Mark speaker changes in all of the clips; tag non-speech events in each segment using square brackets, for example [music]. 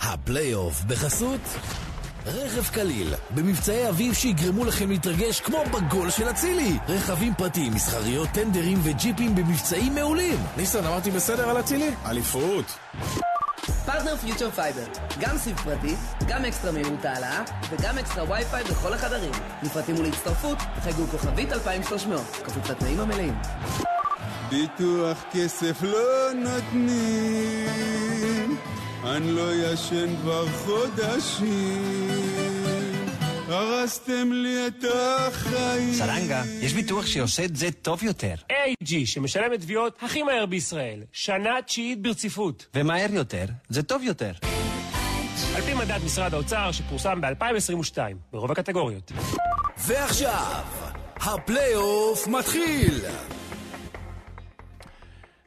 Speaker 1: הפלייאוף בחסות רכב קליל, במבצעי אביב שיגרמו לכם להתרגש כמו בגול של אצילי. רכבים פרטיים, מסחריות, טנדרים וג'יפים במבצעים מעולים.
Speaker 2: ניסן, אמרתי בסדר על אצילי? אליפות.
Speaker 3: פרטנר פיוטר פייבר, גם סיב פרטי, גם אקסטרה מהירות העלאה וגם אקסטרה וי-פיי בכל החדרים. לפרטים ולהצטרפות, חייגו כוכבית 2300, כפוף לתנאים המלאים.
Speaker 4: ביטוח כסף לא נותנים, אני לא ישן כבר חודשים, הרסתם לי את החיים.
Speaker 5: סרנגה, יש ביטוח שעושה את זה טוב יותר.
Speaker 6: AIG, שמשלם את תביעות הכי מהר בישראל, שנה תשיעית ברציפות.
Speaker 5: ומהר יותר, זה טוב יותר.
Speaker 6: על פי מדד משרד האוצר שפורסם ב-2022, ברוב הקטגוריות.
Speaker 1: ועכשיו, הפלייאוף מתחיל!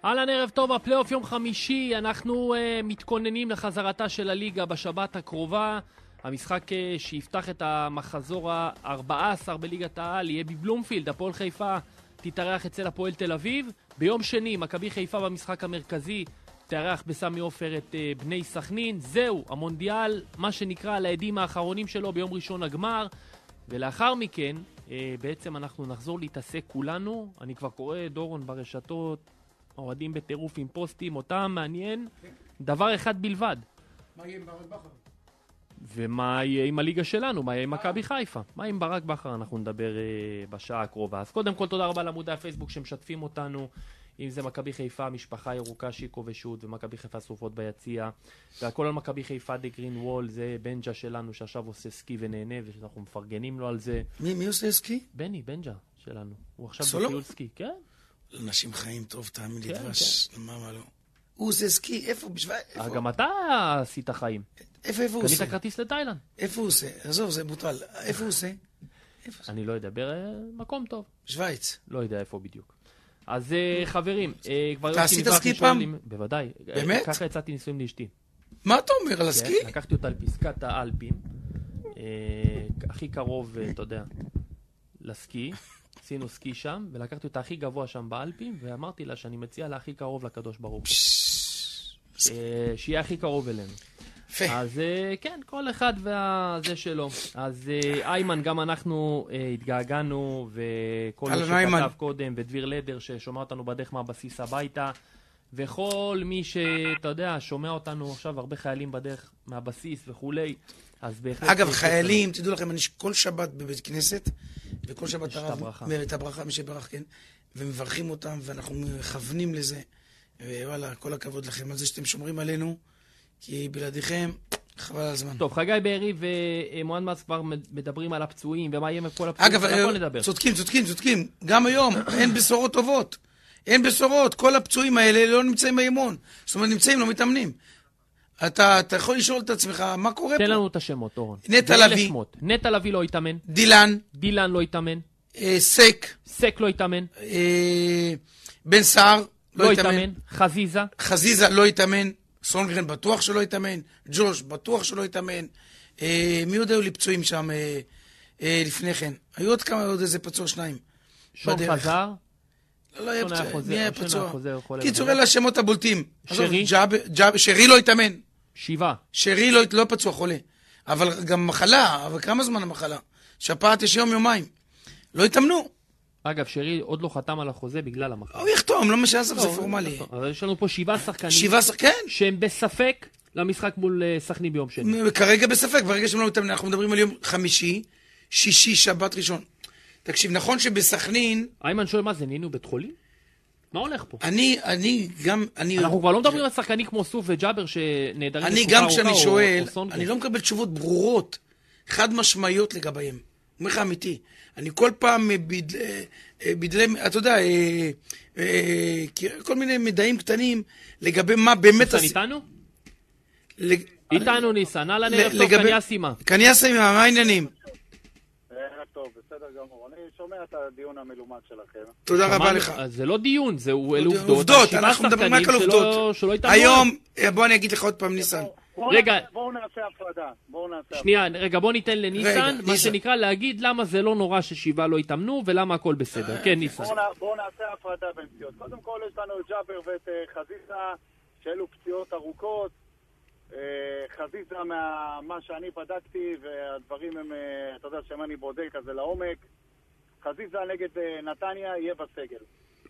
Speaker 7: אהלן, ערב טוב, הפלייאוף יום חמישי, אנחנו uh, מתכוננים לחזרתה של הליגה בשבת הקרובה. המשחק אה, שיפתח את המחזור ה-14 בליגת העל יהיה בבלומפילד, הפועל חיפה תתארח אצל הפועל תל אביב. ביום שני, מכבי חיפה במשחק המרכזי תארח בסמי עופר את אה, בני סכנין. זהו, המונדיאל, מה שנקרא, על העדים האחרונים שלו ביום ראשון הגמר. ולאחר מכן, אה, בעצם אנחנו נחזור להתעסק כולנו. אני כבר קורא דורון ברשתות, אוהדים בטירוף עם פוסטים, אותם מעניין. דבר אחד בלבד, ומה יהיה עם הליגה שלנו? מה יהיה עם מכבי חיפה? מה עם ברק בכר? אנחנו נדבר אה, בשעה הקרובה. אז קודם כל תודה רבה לעמודי הפייסבוק שמשתפים אותנו. אם זה מכבי חיפה, משפחה ירוקה, שיקו ושות' ומכבי חיפה שרופות ביציע. והכל על מכבי חיפה, דה גרין וול, זה בנג'ה שלנו שעכשיו עושה סקי ונהנה ושאנחנו מפרגנים לו על זה.
Speaker 8: מי, מי עושה סקי?
Speaker 7: בני, בנג'ה שלנו. הוא עכשיו
Speaker 8: סולו?
Speaker 7: בטיול סקי, כן?
Speaker 8: אנשים חיים טוב, תאמין לי,
Speaker 7: כן,
Speaker 8: דבש, מה, מה לא. הוא עושה סקי, איפה? בשבע... איפה,
Speaker 7: אה, גם אתה עשית חיים.
Speaker 8: איפה, איפה הוא עושה?
Speaker 7: קנית כרטיס לתאילנד.
Speaker 8: איפה הוא עושה? עזוב, זה בוטל. איפה הוא עושה?
Speaker 7: אני לא אדבר, אה, מקום טוב.
Speaker 8: שווייץ.
Speaker 7: לא יודע איפה בדיוק. אז אה, חברים, אה, כבר
Speaker 8: אתה
Speaker 7: יוסי
Speaker 8: עשית
Speaker 7: מזרחי
Speaker 8: סקי
Speaker 7: שואל
Speaker 8: פעם?
Speaker 7: אם- בוודאי. אה,
Speaker 8: באמת?
Speaker 7: ככה הצעתי נישואים לאשתי.
Speaker 8: מה אתה אומר על הסקי?
Speaker 7: כן, לקחתי אותה לפסקת האלפים, אה, הכי קרוב, אה, אתה יודע, לסקי. עשינו סקי שם, ולקחתי אותה הכי גבוה שם באלפים, ואמרתי לה שאני מציע לה הכי קרוב לקדוש ברוך הוא. אה, שיהיה הכי קרוב אלינו.
Speaker 8: יפה.
Speaker 7: אז אה, כן, כל אחד והזה שלו. אז אה, איימן, גם אנחנו אה, התגעגענו, וכל
Speaker 8: אהלן,
Speaker 7: מי
Speaker 8: איימן.
Speaker 7: שכתב קודם, ודביר לדר ששומע אותנו בדרך מהבסיס הביתה, וכל מי שאתה יודע, שומע אותנו עכשיו, הרבה חיילים בדרך מהבסיס וכולי, אז בהחלט...
Speaker 8: אגב, חיילים, תדעו לכם, אני כל שבת בבית כנסת, וכל שבת
Speaker 7: כן. את הברכה.
Speaker 8: הרב, את הברכה, מי שברח, כן, ומברכים אותם, ואנחנו מכוונים לזה. ווואלה, כל הכבוד לכם על זה שאתם שומרים עלינו, כי בלעדיכם, חבל על הזמן.
Speaker 7: טוב, חגי בארי ומוען מס כבר מדברים על הפצועים, ומה יהיה עם כל הפצועים,
Speaker 8: אגב,
Speaker 7: אנחנו
Speaker 8: אה,
Speaker 7: נדבר.
Speaker 8: צודקים, צודקים, צודקים. גם היום אין בשורות טובות. אין בשורות. כל הפצועים האלה לא נמצאים באימון. זאת אומרת, נמצאים, לא מתאמנים. אתה, אתה יכול לשאול את עצמך, מה קורה פה?
Speaker 7: תן לנו את השמות, אורן.
Speaker 8: נטע
Speaker 7: ואלה
Speaker 8: לביא.
Speaker 7: שמות. נטע לביא לא התאמן,
Speaker 8: דילן,
Speaker 7: דילן לא התאמן,
Speaker 8: אה, סק,
Speaker 7: סק לא התאמן.
Speaker 8: אה, בן סער,
Speaker 7: לא התאמן, חזיזה,
Speaker 8: חזיזה, לא התאמן. סונגרן, בטוח שלא התאמן. ג'וש, בטוח שלא התאמן. אה, מי עוד היו לי פצועים שם אה, אה, לפני כן? היו עוד כמה, עוד איזה פצוע שניים.
Speaker 7: שון
Speaker 8: בדרך.
Speaker 7: חזר,
Speaker 8: לא, לא היה
Speaker 7: שון היה
Speaker 8: פצוע.
Speaker 7: חוזר,
Speaker 8: מי היה
Speaker 7: שון היה
Speaker 8: פצוע?
Speaker 7: חוזר, חולה
Speaker 8: קיצור,
Speaker 7: בדרך.
Speaker 8: אלה השמות הבולטים. עזוב,
Speaker 7: שרי?
Speaker 8: ג'אב- ג'אב- שרי לא התאמן.
Speaker 7: שבעה.
Speaker 8: שרי לא, לא פצוע חולה. אבל גם מחלה, אבל כמה זמן המחלה? שפעת יש יום-יומיים. לא התאמנו.
Speaker 7: אגב, שרי עוד לא חתם על החוזה בגלל המחר.
Speaker 8: הוא יחתום, לא משנה, עזוב, זה פורמלי.
Speaker 7: אבל יש לנו פה שבעה שחקנים
Speaker 8: שבעה ש... כן.
Speaker 7: שהם בספק למשחק מול אה, סכנין ביום שני.
Speaker 8: כרגע בספק, ברגע שהם לא מתאמנים, אנחנו מדברים על יום חמישי, שישי, שבת, ראשון. תקשיב, נכון שבסכנין,
Speaker 7: איימן שואל, מה זה, נהיינו בית חולים? מה הולך פה?
Speaker 8: אני, אני גם, אני...
Speaker 7: אנחנו כבר לא מדברים על שחקנים כמו סוף וג'אבר שנעדרים
Speaker 8: אני
Speaker 7: בתקופה
Speaker 8: גם
Speaker 7: ארוכה,
Speaker 8: כשאני
Speaker 7: או-
Speaker 8: שואל,
Speaker 7: או סונגרן.
Speaker 8: אני לא מקבל תשובות ברורות, חד משמעיות לגביהם. אומר לך אמיתי. אני כל פעם אה, בד- אה, אה, בדלם, אתה יודע, אה, אה, כי- כל מיני מידעים קטנים לגבי מה באמת...
Speaker 7: ניסן
Speaker 8: עשי-
Speaker 7: איתנו?
Speaker 8: לג-
Speaker 7: איתנו ניסן, אהלן ערב
Speaker 8: ל-
Speaker 7: טוב,
Speaker 8: לגבי-
Speaker 7: כאן יאסימה.
Speaker 8: קניאסי, מה העניינים?
Speaker 9: ערב טוב, בסדר גמור. אני שומע את הדיון המלומד שלכם.
Speaker 8: תודה רבה
Speaker 7: אמרנו-
Speaker 8: לך.
Speaker 7: אז זה לא דיון, זה אלה עובדות.
Speaker 8: עובדות,
Speaker 7: שבעה
Speaker 8: אנחנו מדברים רק על
Speaker 7: שחקנים שלא-
Speaker 8: עובדות.
Speaker 7: שלא התאמנו.
Speaker 8: היום, אה, בוא אני אגיד לך עוד פעם, ניסן.
Speaker 9: בואו
Speaker 7: רגע.
Speaker 9: נעשה- בואו נעשה הפרדה. בואו נעשה הפרדה.
Speaker 7: שנייה, רגע, בוא ניתן
Speaker 8: רגע,
Speaker 7: לניסן, מה
Speaker 8: ניסן.
Speaker 7: שנקרא, להגיד למה זה לא נורא ששבעה לא התאמנו ולמה הכל בסדר. כן, ניסן.
Speaker 9: בואו נע- בואו נעשה הפרדה בין פציעות. קודם כל יש לנו את ג'אבר ואת אה, חזיזה, שאלו פציעות ארוכות. אה, חזיזה מה- מה שאני בדקתי, והדברים הם, אה, אתה יודע שאם אני בודק אז זה לעומק. חזיזה נגד אה, נתניה יהיה בסגל.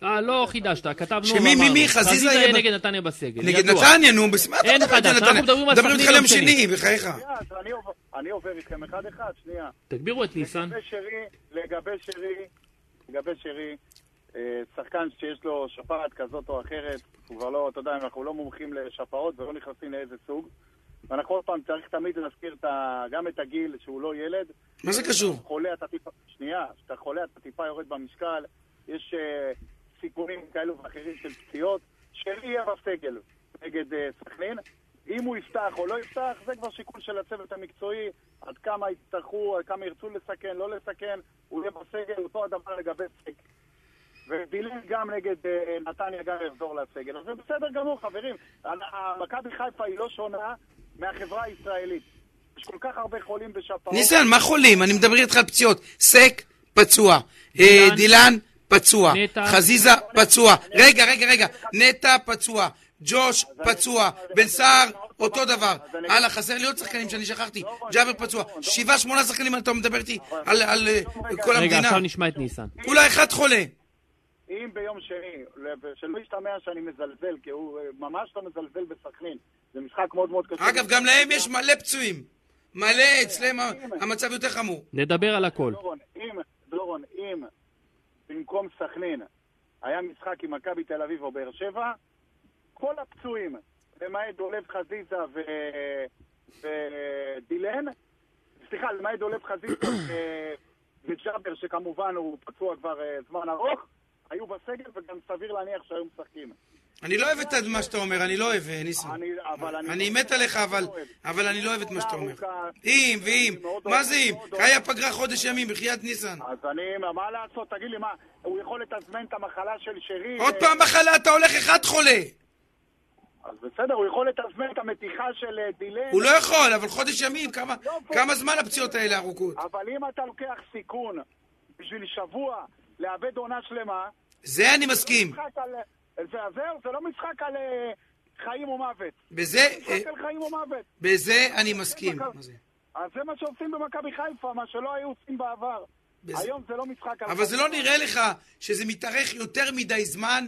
Speaker 7: אה, לא חידשת, כתבנו...
Speaker 8: שמי, מי,
Speaker 7: ואמרנו.
Speaker 8: מי? חזיזה יהיה ב-
Speaker 7: נגד נתניה בסגל,
Speaker 8: נגד
Speaker 7: ידוע.
Speaker 8: נתניה, נו, בס- מה אתה
Speaker 7: אין
Speaker 8: מדבר על
Speaker 7: חדש, אנחנו
Speaker 8: נתניה?
Speaker 7: מדברים על
Speaker 8: מדברים
Speaker 7: סכנין
Speaker 8: איתך
Speaker 7: יום
Speaker 8: יום
Speaker 7: שני.
Speaker 8: שני, בחייך.
Speaker 9: שנייה, אה, אז אני עובר- אני עובר איתכם אחד-אחד, שנייה.
Speaker 7: תגבירו את ניסן.
Speaker 9: לגבי שרי, לגבי שרי, לגבי שרי, אה, שחקן שיש לו שפעת כזאת או אחרת, הוא כבר לא, אתה יודע, אנחנו לא מומחים לשפעות ולא נכנסים לאיזה סוג. ואנחנו עוד פעם צריך תמיד להזכיר את ה- גם את הגיל, שהוא לא ילד.
Speaker 8: מה זה קשור?
Speaker 9: חולה, אתה טיפה, שנייה, כשאתה חולה אתה טיפה יורד במשקל, יש אה, סיכונים כאלו ואחרים של פציעות. שרי יהיה בסגל נגד אה, סכנין. אם הוא יפתח או לא יפתח, זה כבר שיקול של הצוות המקצועי, עד כמה יצטרכו, עד כמה ירצו לסכן, לא לסכן, הוא יהיה בסגל, אותו הדבר לגבי סגל. ודילן גם נגד אה, נתניה גם יחזור לסגל. אז זה בסדר גמור, חברים. ה- מכבי חיפה היא לא שונה מהחברה הישראלית. יש כל כך הרבה חולים בשפעות.
Speaker 8: ניסן, מה חולים? אני מדבר איתך על פציעות. סק, פצוע. אה,
Speaker 7: דילן,
Speaker 8: דילן, פצוע.
Speaker 7: נטע.
Speaker 8: חזיזה, פצוע. רגע, רגע, רגע. נטע, פצוע. ג'וש, פצוע. בן סער, אותו דבר. הלאה, חסר לי עוד שחקנים שאני שכחתי. ג'אבר פצוע. שבעה, שמונה שחקנים אתה מדבר איתי על- על אה, כל
Speaker 7: רגע,
Speaker 8: המדינה.
Speaker 7: עכשיו נשמע את ניסן.
Speaker 8: אולי אחד חולה.
Speaker 9: אם ביום שני, שלא ישתמע שאני מזלזל, כי הוא אה, ממש לא מזלזל בסכנין. זה משחק מאוד מאוד קשה.
Speaker 8: אגב, גם להם יש מלא פצועים. מלא, אצלם ה- המצב יותר חמור.
Speaker 7: נדבר על הכל.
Speaker 8: כן.
Speaker 9: דורון, אם, דורון, אם במקום סכנין היה משחק עם מכבי תל אביב או באר שבע, כל הפצועים, למעט דולב חזיזה ו... ודילן, סליחה, למעט דולב חזיזה ו- וג'אבר, שכמובן הוא פצוע כבר אה, זמן ארוך, היו בסגל וגם סביר להניח שהיו משחקים.
Speaker 8: אני לא אוהב את מה שאתה אומר, אני לא אוהב, אה, ניסן.
Speaker 9: אני, אבל אני...
Speaker 8: אני מת עליך, אבל,
Speaker 9: לא אוהב.
Speaker 8: אבל אני לא אוהב את מה שאתה אומר.
Speaker 9: ארוכה.
Speaker 8: אם, ואם,
Speaker 9: אני מאוד
Speaker 8: מה
Speaker 9: אוהב,
Speaker 8: זה אם?
Speaker 9: מאוד אוהב.
Speaker 8: היה פגרה חודש ימים, בחייאת ניסן.
Speaker 9: אז אני, מה- מה לעשות? תגיד לי, מה, הוא יכול לתזמן את המחלה של שרי?
Speaker 8: עוד
Speaker 9: אה,
Speaker 8: פעם מחלה, אתה הולך אחד חולה.
Speaker 9: אז בסדר, הוא יכול לתזמן את המתיחה של אה, דילן,
Speaker 8: הוא לא יכול, אבל חודש ימים, כמה-
Speaker 9: לא, פה-
Speaker 8: כמה זמן הפציעות האלה ארוכות?
Speaker 9: אבל אם אתה לוקח סיכון בשביל שבוע לאבד עונה שלמה,
Speaker 8: זה אני מסכים.
Speaker 9: משחק על... זה זהו, זה לא משחק על אה, חיים ומוות.
Speaker 8: בזה, אה,
Speaker 9: משחק על חיים ומוות.
Speaker 8: בזה אני מסכים. מה זה?
Speaker 9: אז זה מה שעושים במכבי חיפה, מה שלא היו עושים בעבר.
Speaker 8: בזה-
Speaker 9: היום זה לא משחק על...
Speaker 8: אבל זה
Speaker 9: חיים
Speaker 8: לא
Speaker 9: ומוות.
Speaker 8: נראה לך שזה מתארך יותר מדי זמן?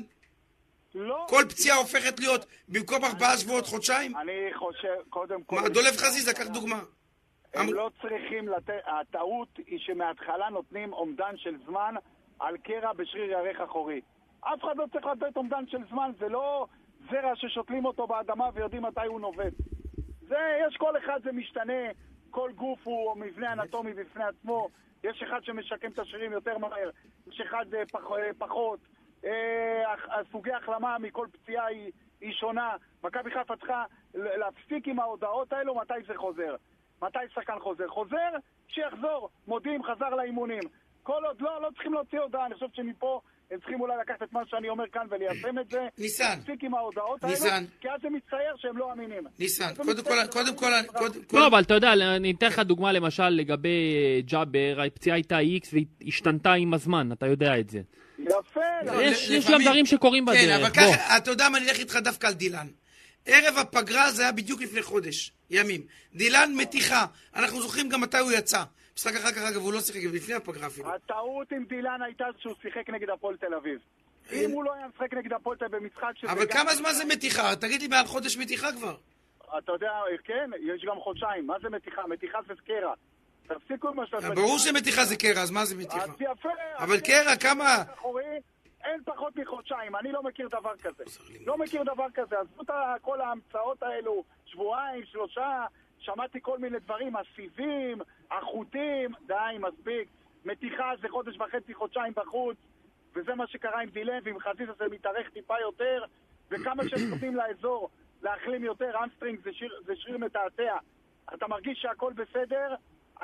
Speaker 9: לא.
Speaker 8: כל פציעה הופכת להיות במקום ארבעה שבועות, חודשיים?
Speaker 9: אני חושב, קודם כל...
Speaker 8: מה, דולב חזיזה, קח דוגמה.
Speaker 9: הם
Speaker 8: אמרו-
Speaker 9: לא צריכים לתת, הטעות היא שמההתחלה נותנים אומדן של זמן על קרע בשריר ירך אחורי. אף אחד לא צריך לתת אומדן של זמן, זה לא זרע ששותלים אותו באדמה ויודעים מתי הוא נובט. זה, יש כל אחד, זה משתנה, כל גוף הוא מבנה אנטומי בפני עצמו. יש אחד שמשקם את השרירים יותר מהר, יש אחד אה, פח, אה, פחות. אה, הח- הסוגי החלמה מכל פציעה היא, היא שונה. מכבי חיפה צריכה ל- להפסיק עם ההודעות האלו מתי זה חוזר. מתי שחקן חוזר? חוזר, שיחזור. מודיעים, חזר לאימונים. כל עוד לא, לא צריכים להוציא הודעה. אני חושב שמפה הם צריכים אולי לקחת את מה שאני אומר כאן וליישם את זה.
Speaker 8: ניסן.
Speaker 9: להפסיק עם ההודעות האלו,
Speaker 8: ניסן.
Speaker 9: כי אז זה מצטייר שהם לא אמינים.
Speaker 8: ניסן, קודם כל, קודם כל, קודם כל...
Speaker 7: לא, אבל אתה יודע, אני אתן לך דוגמה למשל לגבי אה, ג'אבר, הפציעה הייתה איקס והיא השתנתה עם הזמן, אתה יודע את זה.
Speaker 9: יפה. לא,
Speaker 7: יש-
Speaker 8: לפעמים-
Speaker 7: יש גם דברים שקורים
Speaker 8: כן,
Speaker 7: בדרך,
Speaker 8: אבל
Speaker 7: בוא.
Speaker 8: ככה, אתה יודע מה, אני אלך איתך דווקא על דילן. ערב הפגרה זה היה בדיוק לפני חודש, ימים. דילן מתיחה, אנחנו זוכרים גם מתי הוא יצא. משחק אחר כך, אגב, הוא לא שיחק, לפני הפגרה אפילו.
Speaker 9: הטעות עם דילן הייתה שהוא שיחק נגד הפועל תל אביב. אם הוא לא היה משחק נגד הפועל תל אביב במשחק שזה
Speaker 8: אבל
Speaker 9: גם-
Speaker 8: כמה זמן זה מתיחה? תגיד לי, מעל חודש מתיחה כבר.
Speaker 9: אתה יודע, כן, יש גם חודשיים. מה זה מתיחה? מתיחה זה קרע. תפסיקו עם מה שאתה...
Speaker 8: אה, ברור שמתיחה זה קרע, אז מה זה מתיחה?
Speaker 9: אז יפה.
Speaker 8: אבל
Speaker 9: אז
Speaker 8: קרע,
Speaker 9: כן,
Speaker 8: כמה?
Speaker 9: אחורי, אין פחות מחודשיים, אני לא מכיר דבר כזה. לא מכיר דבר כזה. עזבו את ה- כל ההמצאות האלו, שבועיים, שלושה, שמעתי כל מיני דברים, הסיבים, החוטים, די, מספיק. מתיחה זה חודש וחצי, חודשיים בחוץ, וזה מה שקרה עם דילן, ועם חזיזה זה מתארך טיפה יותר, וכמה שהם נותנים לאזור להחלים יותר, אמסטרינג זה שיר, זה שיר מתעתע. אתה מרגיש שהכל בסדר,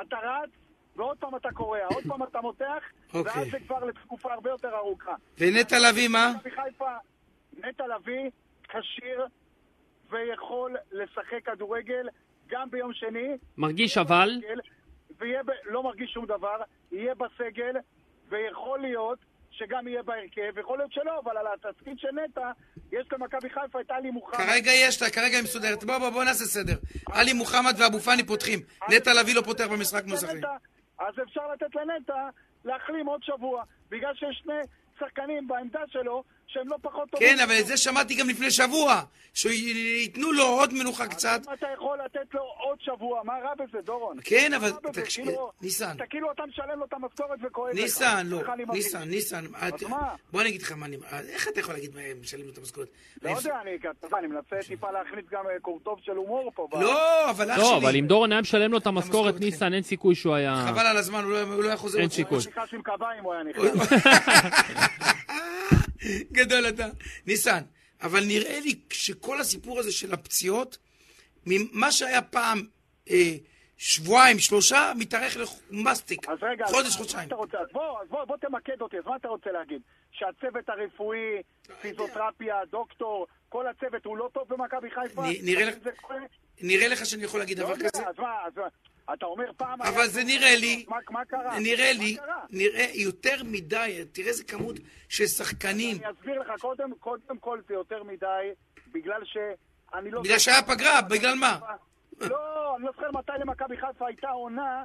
Speaker 9: אתה רץ, ועוד פעם אתה קורע, עוד פעם אתה מותח,
Speaker 8: אוקיי.
Speaker 9: ואז זה כבר לתקופה הרבה יותר ארוכה.
Speaker 8: ונטע לביא, מה?
Speaker 9: מכבי חיפה, נטע לביא כשיר ויכול לשחק כדורגל גם ביום שני. כן?
Speaker 7: מרגיש אבל,
Speaker 8: כן.
Speaker 9: ויהיה ב... לא מרגיש שום דבר, יהיה בסגל, ויכול להיות שגם יהיה בהרכב, יכול להיות שלא, אבל על התסכים של נטע, יש למכבי חיפה את עלי מוחמד.
Speaker 8: כרגע יש לה, כרגע היא מסודרת. בוא, בוא, בוא נעשה סדר. עלי מוחמד ואבו פאני פותחים. נטע לביא לא פותח במשחק מול סכנין.
Speaker 9: לנטע, אז אפשר לתת לנטע להחלים עוד שבוע, בגלל שיש שני שחקנים בעמדה שלו שהם לא פחות טובים.
Speaker 8: כן, אבל את זה שמעתי גם לפני שבוע. שייתנו לו עוד מנוחה קצת.
Speaker 9: אם אתה יכול לתת לו עוד שבוע, מה רע בזה, דורון?
Speaker 8: כן, אבל
Speaker 9: מה רע בזה?
Speaker 8: תקשיב,
Speaker 9: כאילו-
Speaker 8: ניסן.
Speaker 9: אתה כאילו אתה משלם לו את המשכורת וכואב לך.
Speaker 8: ניסן, לא,
Speaker 9: ככה אני מרגיש.
Speaker 8: ניסן, ניסן, את-
Speaker 9: מה?
Speaker 8: בוא אני אגיד לך מה אני, איך אתה יכול להגיד מה הם משלמים לו את המשכורת?
Speaker 9: לא
Speaker 8: אני-
Speaker 9: יודע, אני- אתה יודע, אני מנסה טיפה להכניס גם אה, קורטוב של הומור פה. ב-
Speaker 8: לא, אבל אח שלי,
Speaker 7: לא, אבל אם דורון היה משלם לו את
Speaker 8: המשכורת,
Speaker 7: המשכורת,
Speaker 8: כן.
Speaker 7: ניסן, אין סיכוי שהוא היה...
Speaker 8: חבל על הזמן, הוא לא- הוא לא היה חוזר.
Speaker 7: אין
Speaker 8: עוד-
Speaker 7: סיכוי.
Speaker 9: נכנס עם קביים הוא היה נכנס.
Speaker 8: [laughs] גדול אתה. ניסן, אבל נראה לי שכל הסיפור הזה של הפציעות, ממה שהיה פעם אה, שבועיים, שלושה, מתארך למסטיק.
Speaker 9: אז רגע, אז
Speaker 8: חודש,
Speaker 9: מה
Speaker 8: חודשיים.
Speaker 9: אתה רוצה? אז בוא, אז בוא, בוא תמקד אותי, אז מה אתה רוצה להגיד? שהצוות הרפואי,
Speaker 8: לא
Speaker 9: פיזיותרפיה, דוקטור, כל הצוות הוא לא טוב במכבי חיפה?
Speaker 8: נ- נראה לך-
Speaker 9: אז זה קורה?
Speaker 8: נראה לך שאני יכול להגיד
Speaker 9: לא
Speaker 8: דבר
Speaker 9: יודע,
Speaker 8: כזה?
Speaker 9: אז מה, אז מה, אתה אומר פעם...
Speaker 8: אבל
Speaker 9: היה-
Speaker 8: זה נראה לי-
Speaker 9: מה, מה קרה?
Speaker 8: נראה
Speaker 9: מה
Speaker 8: לי,
Speaker 9: קרה?
Speaker 8: נראה יותר מדי, תראה איזה כמות של שחקנים.
Speaker 9: אני אסביר לך, קודם, קודם כל זה יותר מדי, בגלל שאני לא...
Speaker 8: בגלל שהיה פגרה, בגלל מה?
Speaker 9: לא, אני לא זוכר מתי למכבי חיפה הייתה עונה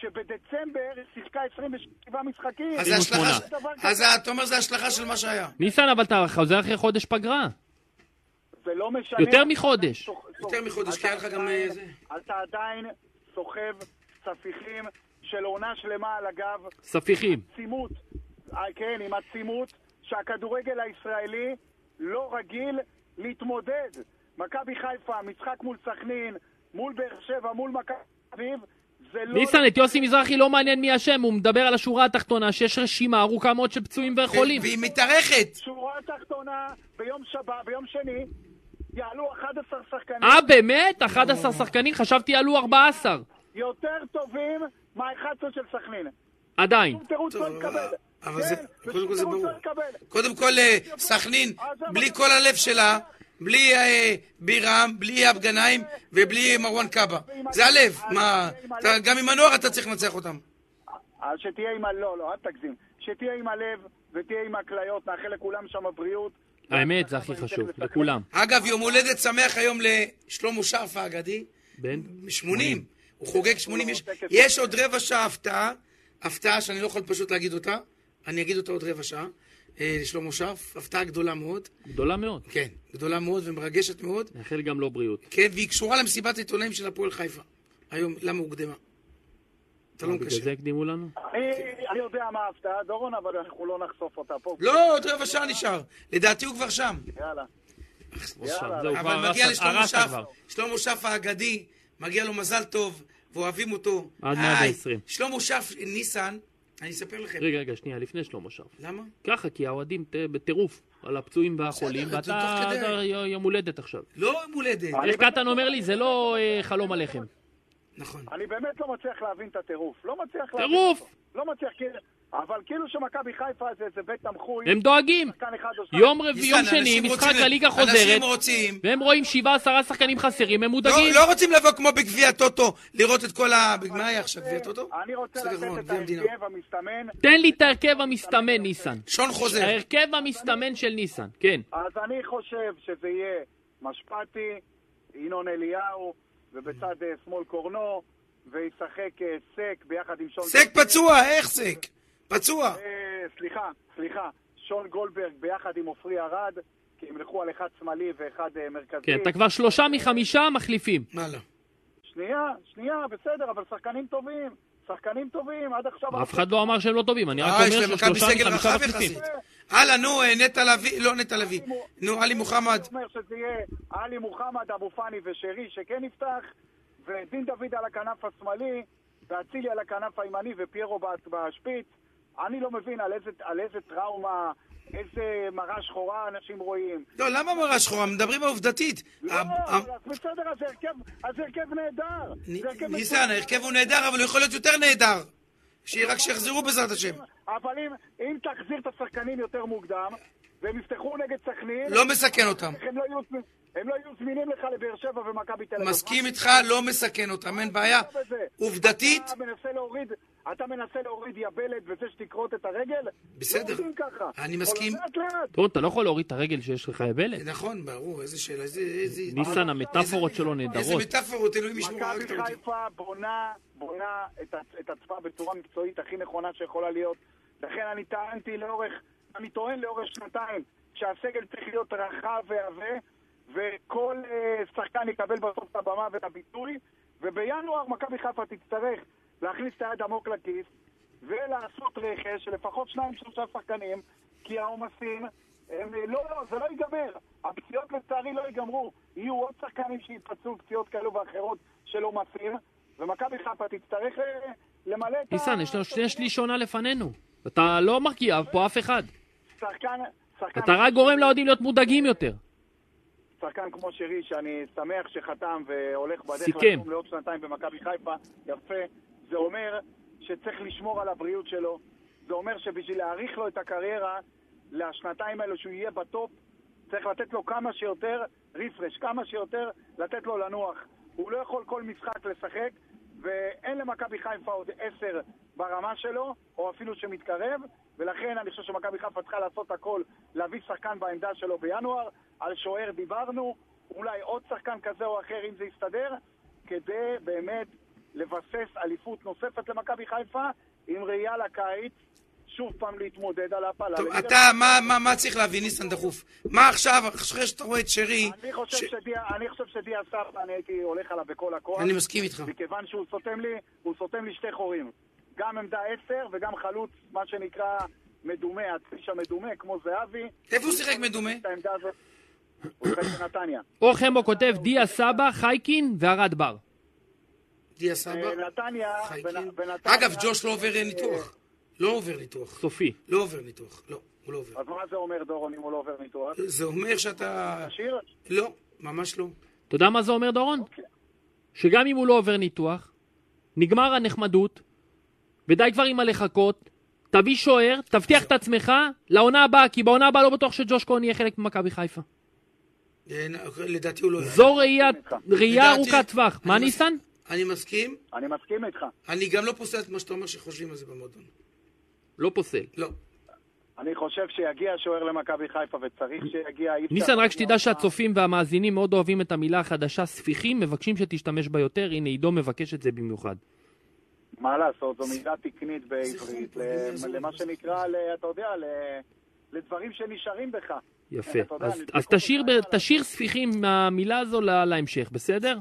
Speaker 9: שבדצמבר היא שיחקה 27 משחקים.
Speaker 8: אז זה השלכה,
Speaker 7: שמונה.
Speaker 8: של- אז אתה אומר זה השלכה של מה שהיה.
Speaker 7: ניסן, אבל אתה חוזר אחרי חודש פגרה.
Speaker 9: זה לא משנה.
Speaker 7: יותר מחודש.
Speaker 8: יותר מחודש, כי היה לך גם, אה, זה.
Speaker 9: אתה עדיין סוחב ספיחים של עונה שלמה על הגב,
Speaker 7: ספיחים.
Speaker 9: עצימות. אה, כן, עם עצימות שהכדורגל הישראלי לא רגיל להתמודד. מכבי חיפה, משחק מול סכנין, מול באר שבע, מול מכבי תל אביב, זה לא...
Speaker 7: ניסן, את יוסי מזרחי לא מעניין מי אשם, הוא מדבר על השורה התחתונה, שיש רשימה ארוכה מאוד של פצועים וחולים.
Speaker 8: והיא מתארכת.
Speaker 9: שורה תחתונה, ביום שבת, ביום שני, יעלו 11 שחקנים.
Speaker 7: אה, באמת? 11 שחקנים? חשבתי עלו 14.
Speaker 9: יותר טובים מה-11 של סכנין.
Speaker 7: עדיין.
Speaker 9: שום תירוץ לא
Speaker 8: טוב,
Speaker 9: נקבל.
Speaker 8: אבל
Speaker 9: כן,
Speaker 8: זה- קודם כל
Speaker 9: ושום
Speaker 8: זה
Speaker 9: תירוץ
Speaker 8: ברור.
Speaker 9: לא נקבל.
Speaker 8: קודם כל, אה, סכנין, בלי כל הלב שלה, בלי אה, בירם, בלי יאב גנאים ובלי מרואן קאבה. זה הלב. מה, אתה- גם עם הנוער אתה צריך לנצח אותם.
Speaker 9: אז שתהיה עם ה... לא, לא, אל תגזים. שתהיה עם הלב ותהיה עם הכליות, נאחל לכולם שם בריאות.
Speaker 7: האמת, זה הכי חשוב, לכולם.
Speaker 8: אגב, יום הולדת שמח היום לשלמה שרף האגדי.
Speaker 7: בן?
Speaker 8: 80. הוא חוגג 80. יש- יש עוד רבע שעה הפתעה, הפתעה שאני לא יכול פשוט להגיד אותה. אני אגיד אותה עוד רבע שעה. אה, לשלמה שרף, הפתעה גדולה מאוד.
Speaker 7: גדולה מאוד.
Speaker 8: כן, גדולה מאוד ומרגשת מאוד.
Speaker 7: נאחל גם לו בריאות.
Speaker 8: כן, והיא קשורה למסיבת עיתונאים של הפועל חיפה. היום, למה הוקדמה? אתה לא
Speaker 7: אה, בגלל זה
Speaker 8: מקשר.
Speaker 7: הקדימו לנו?
Speaker 9: אני- אני יודע מה ההפתעה, דורון, אבל אנחנו לא נחשוף אותה פה.
Speaker 8: לא, עוד רבע שעה נשאר. לדעתי הוא כבר שם.
Speaker 9: יאללה.
Speaker 7: עכשיו, זהו, כבר
Speaker 8: אבל מגיע
Speaker 7: הרסת
Speaker 8: לשלמה
Speaker 7: הרסת
Speaker 8: שף,
Speaker 7: כבר.
Speaker 8: שלמה שף האגדי, מגיע לו מזל טוב, ואוהבים אותו.
Speaker 7: עד
Speaker 8: איי,
Speaker 7: 120.
Speaker 8: שלמה שף, ניסן, אני אספר לכם.
Speaker 7: רגע, רגע, שנייה, לפני שלמה שרף.
Speaker 8: למה?
Speaker 7: ככה, כי האוהדים ת- בטירוף על הפצועים והחולים,
Speaker 8: בסדר, זה
Speaker 7: ואתה
Speaker 8: תוך כדי.
Speaker 7: אתה י- יום הולדת עכשיו.
Speaker 8: לא יום הולדת.
Speaker 7: איך קטן אומר לי, זה לא אה, חלום עליכם.
Speaker 8: נכון.
Speaker 9: אני באמת לא מצליח להבין את הטירוף. לא מצליח להבין.
Speaker 7: טירוף!
Speaker 9: אותו. לא מצליח, כאילו... אבל כאילו שמכבי חיפה זה איזה בית תמחוי.
Speaker 7: הם דואגים.
Speaker 9: שחקן אחד או שניים.
Speaker 7: יום רביעי, יום
Speaker 8: ניסן,
Speaker 7: שני,
Speaker 8: אנשים
Speaker 7: משחק
Speaker 8: רוצים ל-
Speaker 7: לליגה חוזרת,
Speaker 8: אנשים רוצים...
Speaker 7: והם רואים שבעה, עשרה שחקנים חסרים, הם
Speaker 8: לא,
Speaker 7: מודאגים.
Speaker 8: לא רוצים לבוא כמו בגביע הטוטו, לראות את כל ה... מה היה עכשיו, גביע הטוטו?
Speaker 9: אני רוצה
Speaker 8: בסדר גמור,
Speaker 9: לתת את
Speaker 8: גביע המדינה.
Speaker 9: ההרכב המסתמן.
Speaker 7: תן לי את ההרכב המסתמן, ניסן.
Speaker 8: שון חוזר.
Speaker 7: ההרכב המסתמן של ניסן, כן.
Speaker 9: אז אני חושב שזה יהיה משפטי, ינון אליהו, ובצד אה, שמאל קורנו, וישחק אה, סק ביחד עם שון...
Speaker 8: סק פצוע, איך סק? פצוע.
Speaker 9: אה, סליחה, סליחה, שון גולדברג ביחד עם עופרי ארד, כי הם ילכו על אחד שמאלי ואחד אה, מרכזי.
Speaker 7: כן, אתה כבר שלושה מחמישה מחליפים.
Speaker 8: הלאה.
Speaker 9: שנייה, שנייה, בסדר, אבל שחקנים טובים, שחקנים טובים, עד עכשיו...
Speaker 7: אף אחד לא אמר שהם לא טובים, אני רק
Speaker 8: אה, יש
Speaker 7: אומר
Speaker 8: למכבי
Speaker 7: ששלושה
Speaker 8: סגל
Speaker 7: מחמישה
Speaker 8: רחב
Speaker 7: מחליפים.
Speaker 8: יחסית. הלאה, נו, אה, נטע לביא, לא נטע לביא. נו, עלי מוחמד.
Speaker 9: אני לא אומר שזה יהיה עלי מוחמד, אבו פאני ושרי שכן יפתח, ודין דוד על הכנף השמאלי, ואצילי על הכנף הימני ופיירו ב- בשפיץ. אני לא מבין על איזה, על איזה טראומה, איזה מראה שחורה אנשים רואים.
Speaker 8: לא, למה מראה שחורה? מדברים עובדתית. אה,
Speaker 9: לא,
Speaker 8: ה- ה-
Speaker 9: אז בסדר, אז זה הרכב- אז זה הרכב נהדר. זה הרכב
Speaker 8: נ-
Speaker 9: מצוין.
Speaker 8: ניסן, ההרכב הוא נהדר, אבל הוא יכול להיות יותר נהדר. שיהיה רק שיחזרו בעזרת השם.
Speaker 9: אבל אם, אם תחזיר את השחקנים יותר מוקדם, והם יפתחו נגד סכנין,
Speaker 8: לא מסכן אותם.
Speaker 9: הם לא יהיו זמ- הם לא יהיו זמינים לך לבאר שבע ומכבי תל אביב.
Speaker 8: מסכים איתך, לא מסכן אותם, אין בעיה.
Speaker 9: בזה.
Speaker 8: עובדתית,
Speaker 9: אתה מנסה להוריד, אתה מנסה להוריד יבלת וזה שתכרות את הרגל?
Speaker 8: בסדר.
Speaker 9: לא עובדים ככה.
Speaker 8: אני מסכים.
Speaker 9: או לאט לאט.
Speaker 7: תראו, אתה לא יכול להוריד את הרגל שיש לך יבלת.
Speaker 8: נכון, ברור, איזה שאלה, איזה... איזה-
Speaker 7: ניסן, המטאפורות שלו
Speaker 8: איזה
Speaker 7: נהדרות.
Speaker 8: מטאפורות, אלוהים ישמור רק
Speaker 9: מכבי
Speaker 8: את המטאפורות.
Speaker 9: חיפה בונה, בונה את, ה- את עצמה בצורה מקצועית הכי נכונה שיכולה להיות. לכן אני טענתי לאורך, אני טוען לאורך שנתיים שהסגל צריך להיות רחב ועבה, וכל אה, שחקן יקבל בסוף את הבמה ואת הביטוי, ובינואר מכבי חיפה תצטרך להכניס את היד עמוק לכיס ולעשות רכש של לפחות שניים שלושה שחקנים, כי העומסים הם, לא, לא, זה לא ייגמר. הפציעות לצערי לא ייגמרו. יהיו עוד שחקנים שיתפצעו פציעות כאלו ואחרות של עומסים, ומכבי חיפה תצטרך אה, למלא את
Speaker 7: ניסן, יש לו שני שליש עונה לפנינו. אתה לא מרגיע פה אף אחד.
Speaker 9: שחקן, שחקן,
Speaker 7: אתה רק גורם לאוהדים להיות מודאגים יותר.
Speaker 9: שחקן כמו שרי, שאני שמח שחתם והולך בדרך
Speaker 7: סיכם.
Speaker 9: לחתום לעוד שנתיים במכבי חיפה, יפה. זה אומר שצריך לשמור על הבריאות שלו. זה אומר שבשביל להאריך לו את הקריירה לשנתיים האלו שהוא יהיה בטופ, צריך לתת לו כמה שיותר רפרש, כמה שיותר לתת לו לנוח. הוא לא יכול כל משחק לשחק, ואין למכבי חיפה עוד עשר ברמה שלו, או אפילו שמתקרב, ולכן אני חושב שמכבי חיפה צריכה לעשות הכל, להביא שחקן בעמדה שלו בינואר, על שוער דיברנו, אולי עוד שחקן כזה או אחר אם זה יסתדר, כדי באמת לבסס אליפות נוספת למכבי חיפה, עם ראייה לקיץ, שוב פעם להתמודד על ההפעלה.
Speaker 8: טוב,
Speaker 9: לליגת
Speaker 8: אתה, מה- מה- מה צריך להביא, ניסן דחוף? מה עכשיו, אחרי שאתה רואה את שרי...
Speaker 9: אני חושב
Speaker 8: ש-
Speaker 9: שדיה, אני חושב שדיה סבא, אני הייתי הולך עליו בכל הכוח.
Speaker 8: אני מסכים איתך.
Speaker 9: מכיוון שהוא סותם לי, הוא סותם לי שתי חורים. גם עמדה עשר וגם חלוץ, מה שנקרא מדומה, הצפיש המדומה, כמו זהבי.
Speaker 8: איפה הוא שיחק מדומה?
Speaker 9: את העמדה הזאת. הוא שיחק
Speaker 8: [coughs]
Speaker 9: בנתניה.
Speaker 7: אור חמו כותב דיה סבא, חייקין וערד בר.
Speaker 8: דיה סבא?
Speaker 9: אה, נתניה,
Speaker 8: חייקים.
Speaker 9: בנתניה...
Speaker 8: אגב, ג'וש לא עובר אה, ניתוח. לא עובר ניתוח.
Speaker 7: סופי.
Speaker 8: לא עובר ניתוח. לא, הוא לא עובר.
Speaker 9: אז מה זה אומר דורון אם הוא לא עובר ניתוח?
Speaker 8: זה אומר שאתה...
Speaker 9: שיר?
Speaker 8: לא, ממש לא.
Speaker 7: אתה יודע מה זה אומר, דורון?
Speaker 9: אוקיי.
Speaker 7: שגם אם הוא לא עובר ניתוח, נגמר הנחמדות, ודי כבר עם הלחכות, תביא שוער, תבטיח את עצמך לעונה הבאה, כי בעונה הבאה לא בטוח שג'וש כהן יהיה חלק ממכבי חיפה.
Speaker 8: אה, לדעתי הוא לא...
Speaker 7: זו ראייה- ראייה
Speaker 8: לדעתי-
Speaker 7: ארוכת טווח. מה
Speaker 8: אני מס-
Speaker 7: ניסן?
Speaker 8: אני מסכים.
Speaker 9: אני מסכים איתך.
Speaker 8: אני גם לא פוסל את מה שאתה אומר שחושבים על זה במועדון.
Speaker 7: לא פוסל.
Speaker 8: לא.
Speaker 9: אני חושב שיגיע שוער למכבי חיפה, וצריך שיגיע... אי אפשר-
Speaker 7: ניסן, רק שתדע שהצופים והמאזינים מאוד אוהבים את המילה החדשה ספיחים, מבקשים שתשתמש בה יותר, הנה עידו מבקש את זה במיוחד.
Speaker 9: מה לעשות, זו מילה תקנית בעברית, ל- למה שנקרא, ל- אתה יודע, ל- לדברים שנשארים בך.
Speaker 7: יפה.
Speaker 9: אתה יודע,
Speaker 7: אז-
Speaker 9: אני-
Speaker 7: אז תשאיר ב- תשאיר ספיחים מהמילה הזו ל- להמשך, בסדר?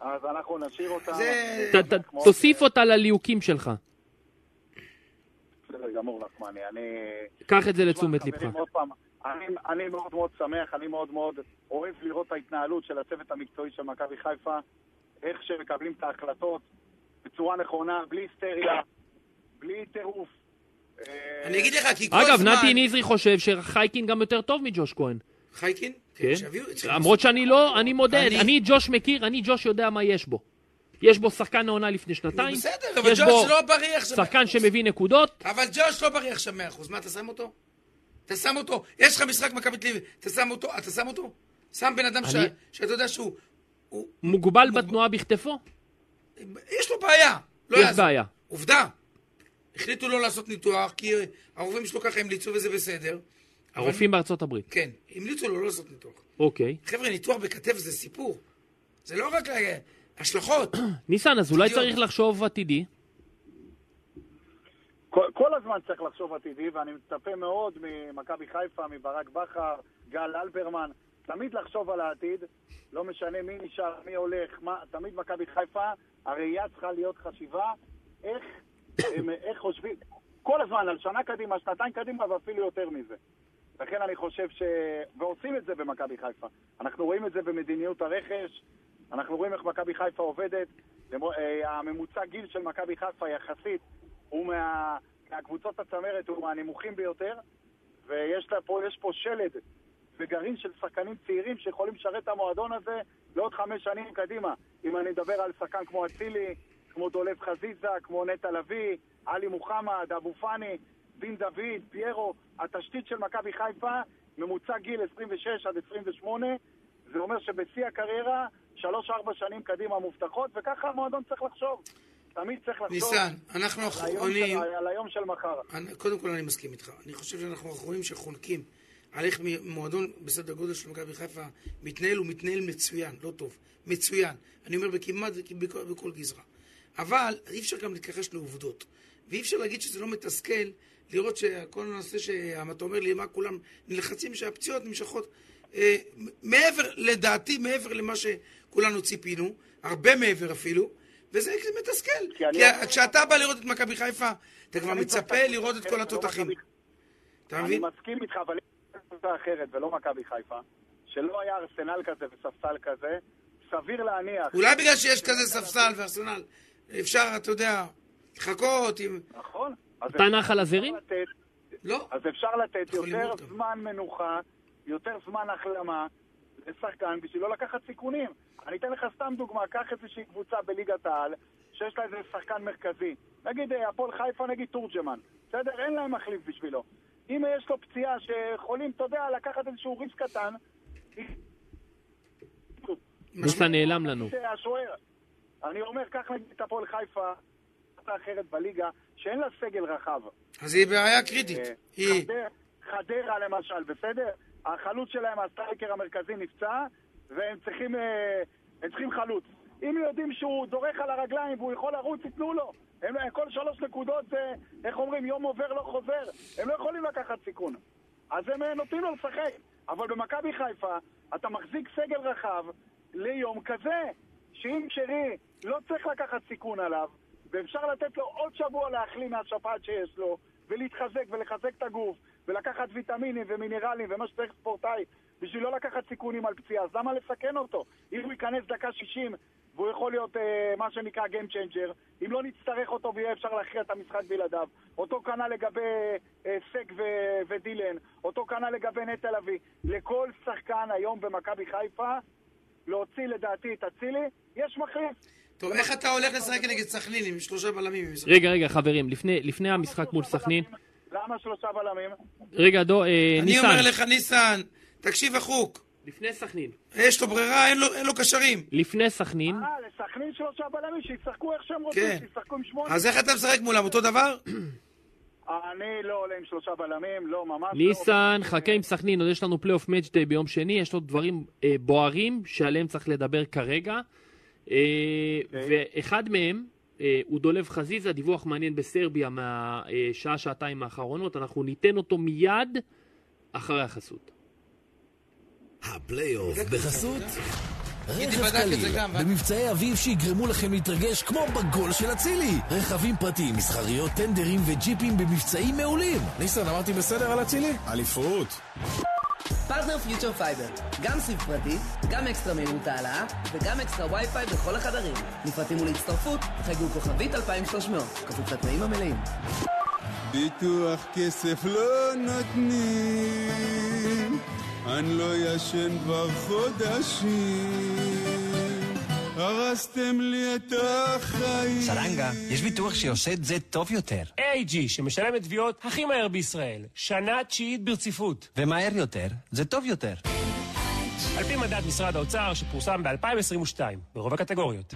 Speaker 9: אז אנחנו נשאיר אותה.
Speaker 8: זה-
Speaker 7: ת- ת-
Speaker 9: כמו-
Speaker 7: תוסיף אותה לליהוקים שלך.
Speaker 9: בסדר גמור, נחמני. אני...
Speaker 7: קח את זה לתשומת
Speaker 9: חברים,
Speaker 7: לבך.
Speaker 9: עוד פעם, אני, אני מאוד מאוד שמח, אני מאוד מאוד אוהב לראות את ההתנהלות של הצוות המקצועי של מכבי חיפה, איך שמקבלים את ההחלטות בצורה נכונה, בלי היסטריה, בלי טירוף. אה,
Speaker 8: אני אגיד לך, כי כל
Speaker 7: אגב,
Speaker 8: הזמן...
Speaker 7: נתי נזרי חושב שחייקין גם יותר טוב מג'וש כהן.
Speaker 8: חייקין?
Speaker 7: כן.
Speaker 8: שיביאו את זה.
Speaker 7: למרות שאני לא, אני מודה,
Speaker 8: אני-
Speaker 7: אני ג'וש מכיר, אני ג'וש יודע מה יש בו. יש בו שחקן העונה לפני שנתיים,
Speaker 8: בסדר, אבל
Speaker 7: יש בו
Speaker 8: ג'וש לא בריא עכשיו.
Speaker 7: שחקן שמביא נקודות,
Speaker 8: אבל ג'וש לא בריא עכשיו 100%. מה, אתה שם אותו? אתה שם אותו? יש לך משחק מכבי תל אביב, אתה שם אותו? אתה שם אותו? שם בן אדם ש-
Speaker 7: אני-
Speaker 8: שאתה יודע שהוא... הוא-
Speaker 7: מוגבל בתנועה בכתפו,
Speaker 8: יש לו בעיה. לא
Speaker 7: יש
Speaker 8: יעזור.
Speaker 7: בעיה.
Speaker 8: עובדה. החליטו לא לעשות ניתוח, כי הרופאים שלו ככה המליצו וזה בסדר. אבל-
Speaker 7: הרופאים בארצות הברית.
Speaker 8: כן, המליצו לו לא לעשות ניתוח.
Speaker 7: אוקיי.
Speaker 8: חבר'ה, ניתוח בכתף זה סיפור. זה לא רק אה, השלכות.
Speaker 7: ניסן, אז אולי
Speaker 8: בדיוק.
Speaker 7: צריך לחשוב עתידי.
Speaker 9: כל, כל הזמן צריך לחשוב עתידי, ואני מצפה מאוד ממכבי חיפה, מברק בכר, גל אלברמן, תמיד לחשוב על העתיד, לא משנה מי נשאר, מי הולך, מה, תמיד מכבי חיפה, הראייה צריכה להיות חשיבה, איך, הם, איך חושבים, כל הזמן, על שנה קדימה, שנתיים קדימה, ואפילו יותר מזה. לכן אני חושב ש... ועושים את זה במכבי חיפה. אנחנו רואים את זה במדיניות הרכש, אנחנו רואים איך מכבי חיפה עובדת. למר... אה, הממוצע גיל של מכבי חיפה יחסית הוא מה... מהקבוצות הצמרת, הוא מהנמוכים ביותר, ויש לה פה, יש פה שלד וגרעין של שחקנים צעירים שיכולים לשרת את המועדון הזה לעוד חמש שנים קדימה. אם אני מדבר על שחקן כמו אצילי, כמו דולב חזיזה, כמו נטע לביא, עלי מוחמד, אבו פאני, דין דוד, פיירו, התשתית של מכבי חיפה, ממוצע גיל 26 עד 28, זה אומר שבשיא הקריירה, שלוש-ארבע שנים קדימה מובטחות, וככה המועדון צריך לחשוב. תמיד צריך לחשוב
Speaker 8: ניסן, אנחנו
Speaker 9: על היום של-
Speaker 8: אחרונים,
Speaker 9: על היום של מחר.
Speaker 8: אני- קודם כל אני מסכים איתך. אני חושב שאנחנו האחרונים שחונקים על איך מ- מועדון בסדר גודל של מכבי חיפה מתנהל, הוא מתנהל מצוין, לא טוב, מצוין. אני אומר בכמעט בכל, בכל גזרה. אבל אי אפשר גם להתכחש לעובדות. ואי אפשר להגיד שזה לא מתסכל לראות שכל הנושא שאתה אומר לי, מה כולם נלחצים שהפציעות נמשכות. אה, מעבר, לדעתי, מעבר למה שכולנו ציפינו, הרבה מעבר אפילו, וזה מתסכל.
Speaker 9: כי אני-
Speaker 8: כי כשאתה בא לראות את מכבי חיפה, אתה כבר
Speaker 9: אני
Speaker 8: מצפה
Speaker 9: דווקא-
Speaker 8: לראות את כל
Speaker 9: לא
Speaker 8: התותחים.
Speaker 9: מכבי-
Speaker 8: אתה
Speaker 9: אני
Speaker 8: מבין?
Speaker 9: מסכים איתך, אבל יש קבוצה אחרת, ולא מכבי חיפה, שלא היה ארסנל כזה וספסל כזה, סביר להניח...
Speaker 8: אולי בגלל שיש כזה ספסל וארסנל, אפשר, אתה יודע, לחכות עם...
Speaker 9: נכון. אז
Speaker 7: אתה נח על הזרים?
Speaker 9: אפשר לתת-
Speaker 8: לא.
Speaker 9: אז אפשר לתת
Speaker 8: יכול
Speaker 9: יותר
Speaker 8: ללמוד גם.
Speaker 9: זמן מנוחה, יותר זמן החלמה לשחקן בשביל לא לקחת סיכונים. אני אתן לך סתם דוגמה, קח איזושהי קבוצה בליגת העל, שיש לה איזה שחקן מרכזי. נגיד אה, הפועל חיפה נגיד תורג'מן, בסדר? אין להם מחליף בשבילו. אם יש לו פציעה שיכולים, אתה יודע, לקחת איזשהו ריס קטן,
Speaker 7: ניסן נעלם לנו.
Speaker 9: שהשוער. אני אומר, קח נגיד את הפועל חיפה, קבוצה אחרת בליגה, שאין לה סגל רחב.
Speaker 8: אז היא בעיה קריטית.
Speaker 9: אה,
Speaker 8: היא...
Speaker 9: חדרה- חדרה למשל, בסדר? החלוץ שלהם, הסטרייקר המרכזי נפצע, והם צריכים, אה, הם צריכים חלוץ. אם יודעים שהוא דורך על הרגליים והוא יכול לרוץ, ייתנו לו. הם, אה, כל שלוש נקודות זה, איך אומרים, יום עובר לא חוזר. הם לא יכולים לקחת סיכון. אז הם אה, נותנים לו לשחק. אבל במכבי חיפה, אתה מחזיק סגל רחב ליום כזה, שאם שרי לא צריך לקחת סיכון עליו, ואפשר לתת לו עוד שבוע להחלים מהשפעת שיש לו, ולהתחזק ולחזק את הגוף, ולקחת ויטמינים ומינרלים ומה שצריך ספורטאי, בשביל לא לקחת סיכונים על פציעה, אז למה לסכן אותו? אם הוא ייכנס דקה 60 והוא יכול להיות אה, מה שנקרא Game Changer, אם לא נצטרך אותו ויהיה אפשר להכריע את המשחק בלעדיו. אותו כנ"ל לגבי אה, סק ו- ודילן, אותו כנ"ל לגבי נטע לביא. לכל שחקן היום במכבי חיפה, להוציא לדעתי את אצילי, יש מחליף.
Speaker 8: טוב, איך אתה הולך לשחק נגד סכנין עם שלושה בלמים? עם סכנין?
Speaker 7: רגע, רגע, חברים, לפני- לפני המשחק מול
Speaker 9: שלושה
Speaker 7: סכנין...
Speaker 9: בלמים. למה שלושה בלמים?
Speaker 7: רגע, דו, אה,
Speaker 8: אני
Speaker 7: ניסן,
Speaker 8: אומר לך, ניסן, תקשיב החוק.
Speaker 7: לפני סכנין.
Speaker 8: יש לו ברירה, אין לו- אין לו קשרים.
Speaker 7: לפני סכנין,
Speaker 9: אה, לסכנין שלושה בלמים, שישחקו איך שהם רוצים,
Speaker 8: כן.
Speaker 9: שישחקו עם שמונה.
Speaker 8: אז איך אתה משחק מולם? אותו דבר?
Speaker 9: אני לא עולה עם שלושה בלמים, לא, ממש לא.
Speaker 7: ניסן, חכה עם סכנין, עוד יש לנו פלייאוף מאצ'דיי ביום שני, יש עוד דברים אה, בוערים שעליהם צריך לדבר כרגע. אה, ואחד מהם אה, הוא דולב חזיזה, דיווח מעניין בסרביה מהשעה-שעתיים האחרונות, אנחנו ניתן אותו מיד אחרי החסות.
Speaker 1: הפלייאוף בחסות רכב
Speaker 8: בדק את זה
Speaker 1: קליל,
Speaker 8: גם, אה? ו-
Speaker 1: במבצעי אביב שיגרמו לכם להתרגש כמו בגול של אצילי. רכבים פרטיים, מסחריות, טנדרים וג'יפים במבצעים מעולים.
Speaker 2: ניסן, אמרתי בסדר על אצילי? אליפות.
Speaker 3: פרטנר פיוטר פייבר, גם סיב פרטי, גם אקסטרה מהירות העלאה וגם אקסטרה וי-פיי בכל החדרים. לפרטים ולהצטרפות, חייגו כוכבית 2300, כפוף לתנאים המלאים.
Speaker 4: ביטוח כסף לא נותנים, אני לא ישן כבר חודשים, הרסתם לי את החיים.
Speaker 5: סרנגה, יש ביטוח שעושה את זה טוב יותר,
Speaker 6: AIG, שמשלם את תביעות הכי מהר בישראל, שנה תשיעית ברציפות.
Speaker 5: ומהר יותר, זה טוב יותר.
Speaker 6: על פי מדד משרד האוצר, שפורסם ב-2022, ברוב הקטגוריות.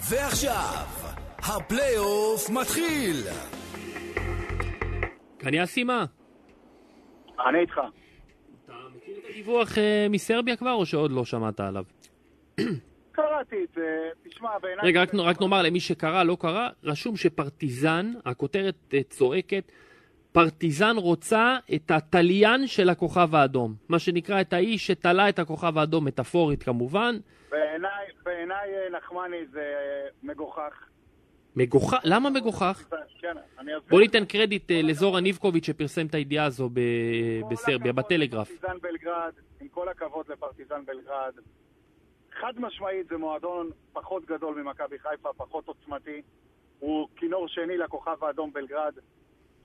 Speaker 1: ועכשיו, הפלייאוף מתחיל!
Speaker 7: קניה סימה,
Speaker 9: אני איתך.
Speaker 7: דיווח אה, מסרביה כבר או שעוד לא שמעת עליו?
Speaker 9: קראתי את זה, תשמע, בעיניי...
Speaker 7: רגע, רק, רק נאמר למי שקרא, לא קרא, רשום שפרטיזן, הכותרת אה, צועקת, פרטיזן רוצה את התליין של הכוכב האדום. מה שנקרא, את האיש שתלה את הכוכב האדום, מטאפורית כמובן.
Speaker 9: בעיניי, בעיניי, אה, נחמני זה אה, מגוחך.
Speaker 7: מגוחך, למה מגוחך?
Speaker 9: כן, אני אסביר.
Speaker 7: בוא ניתן קרדיט אה, לזורה ניבקוביץ' שפרסם את הידיעה הזו ב-
Speaker 9: עם כל
Speaker 7: בסרביה,
Speaker 9: הכבוד
Speaker 7: בטלגרף.
Speaker 9: לפרטיזן בלגרד, עם כל הכבוד לפרטיזן בלגרד, חד משמעית זה מועדון פחות גדול ממכבי חיפה, פחות עוצמתי. הוא כינור שני לכוכב האדום בלגרד.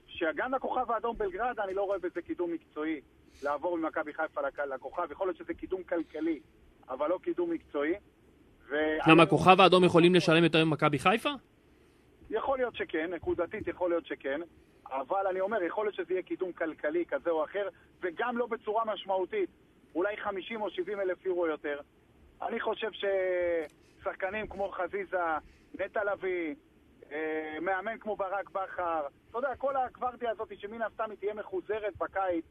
Speaker 9: שגם לכוכב האדום בלגרד, אני לא רואה בזה קידום מקצועי. לעבור ממכבי חיפה לכ- לכוכב, יכול להיות שזה קידום כלכלי, אבל לא קידום מקצועי. ו-
Speaker 7: למה, הכוכב האדום יכולים לשלם יותר ממכבי חיפה?
Speaker 9: יכול להיות שכן, נקודתית יכול להיות שכן, אבל אני אומר, יכול להיות שזה יהיה קידום כלכלי כזה או אחר, וגם לא בצורה משמעותית, אולי 50 או 70 אלף יורו יותר. אני חושב ששחקנים כמו חזיזה, נטע לביא, אה, מאמן כמו ברק בכר, אתה יודע, כל הגוורדיה הזאת שמן הסתם היא תהיה מחוזרת בקיץ,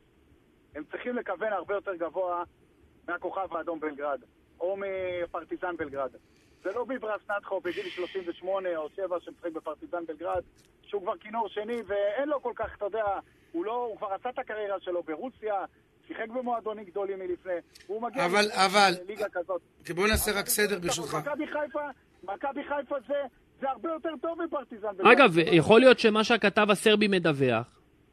Speaker 9: הם צריכים לכוון הרבה יותר גבוה מהכוכב האדום בלגרד, או מפרטיזן בלגרד. זה לא ביברס נטחו בגיל 38 או 7 שמשחק בפרטיזן בלגרד, שהוא כבר כינור שני ואין לו כל כך, אתה יודע, הוא לא, הוא כבר עשה את הקריירה שלו ברוסיה, שיחק במועדונים גדולים מלפני, הוא מגיע
Speaker 8: אבל-
Speaker 9: לליגה-
Speaker 8: אבל-
Speaker 9: לליגה כזאת.
Speaker 8: כן, בוא נעשה רק סדר
Speaker 9: אבל
Speaker 8: ברשותך.
Speaker 9: מכבי חיפה, מכבי חיפה זה, זה הרבה יותר טוב מפרטיזן בלגרד.
Speaker 7: אגב, יכול להיות שמה שהכתב הסרבי מדווח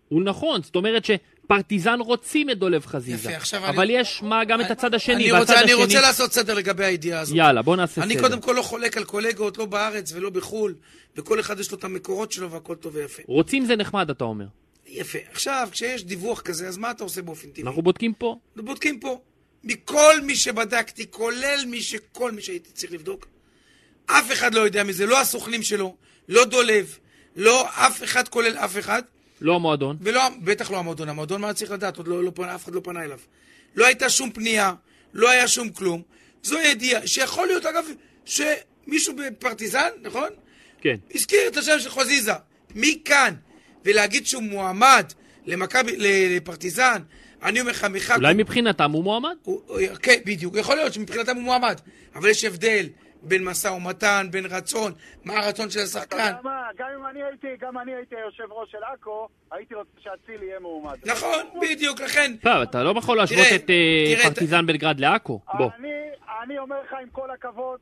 Speaker 7: הוא נכון, זאת אומרת שפרטיזן רוצים את דולב חזיזה.
Speaker 8: יפה, עכשיו
Speaker 7: אבל
Speaker 8: אני-
Speaker 7: יש מה גם את הצד השני,
Speaker 8: אני
Speaker 7: והצד
Speaker 8: רוצה- אני
Speaker 7: השני...
Speaker 8: רוצה לעשות סדר לגבי הידיעה הזאת.
Speaker 7: יאללה, בוא נעשה
Speaker 8: אני
Speaker 7: סדר.
Speaker 8: קודם כל לא חולק על קולגות, לא בארץ ולא בחו"ל, וכל אחד יש לו את המקורות שלו והכל טוב ויפה.
Speaker 7: רוצים זה נחמד, אתה אומר.
Speaker 8: יפה. עכשיו, כשיש דיווח כזה, אז מה אתה עושה באופן טבעי?
Speaker 7: אנחנו בודקים פה.
Speaker 8: אנחנו בודקים פה. מכל מי שבדקתי, כולל מי שכל מי שהייתי צריך לבדוק, אף אחד לא יודע מזה, לא הסוכנים שלו, לא דולב, לא אף אחד כולל אף אחד,
Speaker 7: לא המועדון.
Speaker 8: ולא, בטח לא המועדון, המועדון מה צריך לדעת, עוד לא, לא פנה, אף אחד לא פנה אליו. לא הייתה שום פנייה, לא היה שום כלום. זו ידיעה, שיכול להיות אגב, שמישהו בפרטיזן, נכון?
Speaker 7: כן.
Speaker 8: הזכיר את השם של חזיזה. מכאן, ולהגיד שהוא מועמד למכבי, ל- לפרטיזן, אני אומר לך, מיכל...
Speaker 7: אולי מבחינתם הוא מועמד?
Speaker 8: הוא- הוא- כן, בדיוק. יכול להיות שמבחינתם הוא מועמד, אבל יש הבדל בין משא ומתן, בין רצון, מה הרצון של
Speaker 9: אתה
Speaker 8: השחקן.
Speaker 9: יודע מה, גם אם אני הייתי, גם אני הייתי היושב ראש של עכו, הייתי רוצה שאצילי יהיה מועמד.
Speaker 8: נכון, בדיוק, לכן...
Speaker 7: טוב, אתה לא יכול להשוות
Speaker 8: תראה,
Speaker 7: את אה,
Speaker 8: תראה,
Speaker 7: פרטיזן בלגרד לעכו. בוא.
Speaker 9: אה, אני, אני אומר לך עם כל הכבוד,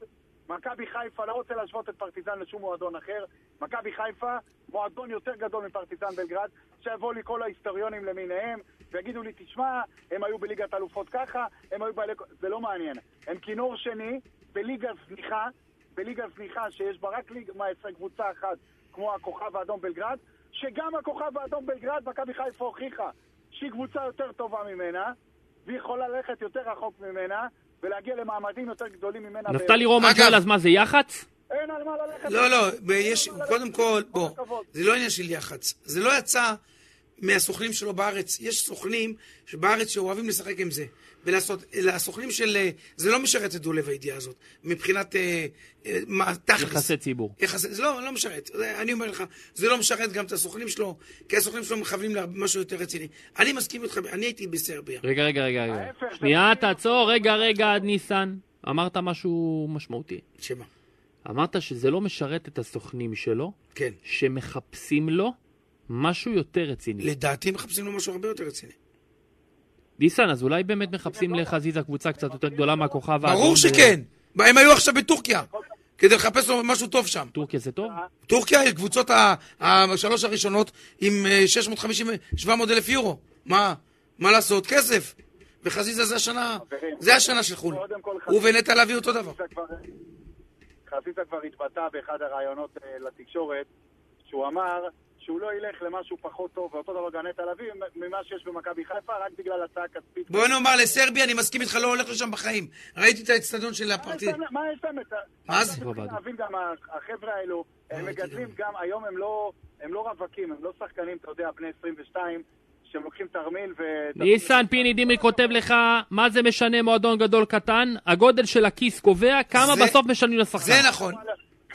Speaker 9: מכבי חיפה, לא רוצה להשוות את פרטיזן לשום מועדון אחר. מכבי חיפה, מועדון יותר גדול מפרטיזן בלגרד. שיבואו לי כל ההיסטוריונים למיניהם, ויגידו לי, תשמע, הם היו בליגת אלופות ככה, הם היו בעלי... כ-" זה לא מעניין. הם כינור שני, בליגה זניחה, בליגה זניחה שיש בה רק ליגה, מה, יש קבוצה אחת, כמו הכוכב האדום בלגרד, שגם הכוכב האדום בלגרד, מכבי חיפה הוכיחה שהיא קבוצה יותר טובה ממנה, והיא יכולה ללכת יותר רחוק ממנה, ולהגיע למעמדים יותר גדולים ממנה.
Speaker 7: נפתלי רומן
Speaker 8: אגב-
Speaker 7: שואל, אז מה זה יח"צ?
Speaker 9: אין על מה ללכת.
Speaker 8: לא, לא, ב- יש,
Speaker 9: אין על מה
Speaker 8: קודם
Speaker 9: ללכת.
Speaker 8: כל,
Speaker 9: כל
Speaker 8: בוא,
Speaker 9: הכבוד.
Speaker 8: זה לא עניין של יח"צ. זה לא יצא מהסוכנים שלו בארץ. יש סוכנים שבארץ שאוהבים לשחק עם זה. ולעשות, לסוכנים של... אה, זה לא משרת את דולב הידיעה הזאת, מבחינת... אה, אה, מה, תכלס.
Speaker 7: יחסי ציבור.
Speaker 8: יחסי, זה לא, לא משרת. זה, אני אומר לך, זה לא משרת גם את הסוכנים שלו, כי הסוכנים שלו מכוונים למשהו יותר רציני. אני מסכים איתך, אני הייתי בסרביה.
Speaker 7: רגע, רגע, רגע. רגע.
Speaker 9: ההפך, זה
Speaker 7: שנייה,
Speaker 9: מתאים.
Speaker 7: תעצור. רגע, רגע, ניסן. אמרת משהו משמעותי.
Speaker 8: שמה?
Speaker 7: אמרת שזה לא משרת את הסוכנים שלו,
Speaker 8: כן.
Speaker 7: שמחפשים לו משהו יותר רציני.
Speaker 8: לדעתי מחפשים לו משהו הרבה יותר רציני.
Speaker 7: ניסן, אז אולי באמת מחפשים לחזיזה קבוצה קצת יותר גדולה מהכוכב האדום?
Speaker 8: ברור
Speaker 7: ב-
Speaker 8: שכן. הם היו עכשיו בטורקיה, כדי לחפש לו משהו טוב שם.
Speaker 7: טורקיה זה טוב?
Speaker 8: טורקיה היא קבוצות ה- השלוש הראשונות עם אה, 650-700 אלף יורו. מה? מה לעשות? כסף. וחזיזה זה השנה,
Speaker 9: חברים,
Speaker 8: זה השנה של חו"ל.
Speaker 9: קודם כל
Speaker 8: הוא
Speaker 9: חזיזה-
Speaker 8: ונטע לביא אותו דבר.
Speaker 9: חזיזה כבר- חזיזה כבר התבטא באחד הראיונות אה, לתקשורת, שהוא אמר שהוא לא ילך למשהו פחות טוב, ואותו דבר גם נטע לביא, ממה שיש במכבי חיפה, רק בגלל הצעה כספית.
Speaker 8: בוא נאמר לסרבי, אני מסכים איתך, לא הולך לשם בחיים. ראיתי את האצטדיון של
Speaker 9: מה יש
Speaker 8: הפרטי.
Speaker 9: להם- מה יש להם את ה...
Speaker 8: מה זה? לא,
Speaker 9: אתם צריכים להבין גם ה- החבר'ה האלו, הם מגדלים גם, היום הם לא הם לא רווקים, הם לא שחקנים, אתה יודע, בני 22, שהם לוקחים תרמיל ו...
Speaker 7: ניסן פיני דימרי כותב לך, מה זה משנה מועדון גדול קטן? הגודל של הכיס קובע כמה
Speaker 8: זה-
Speaker 7: בסוף משלמים לשחקן.
Speaker 8: זה נכון.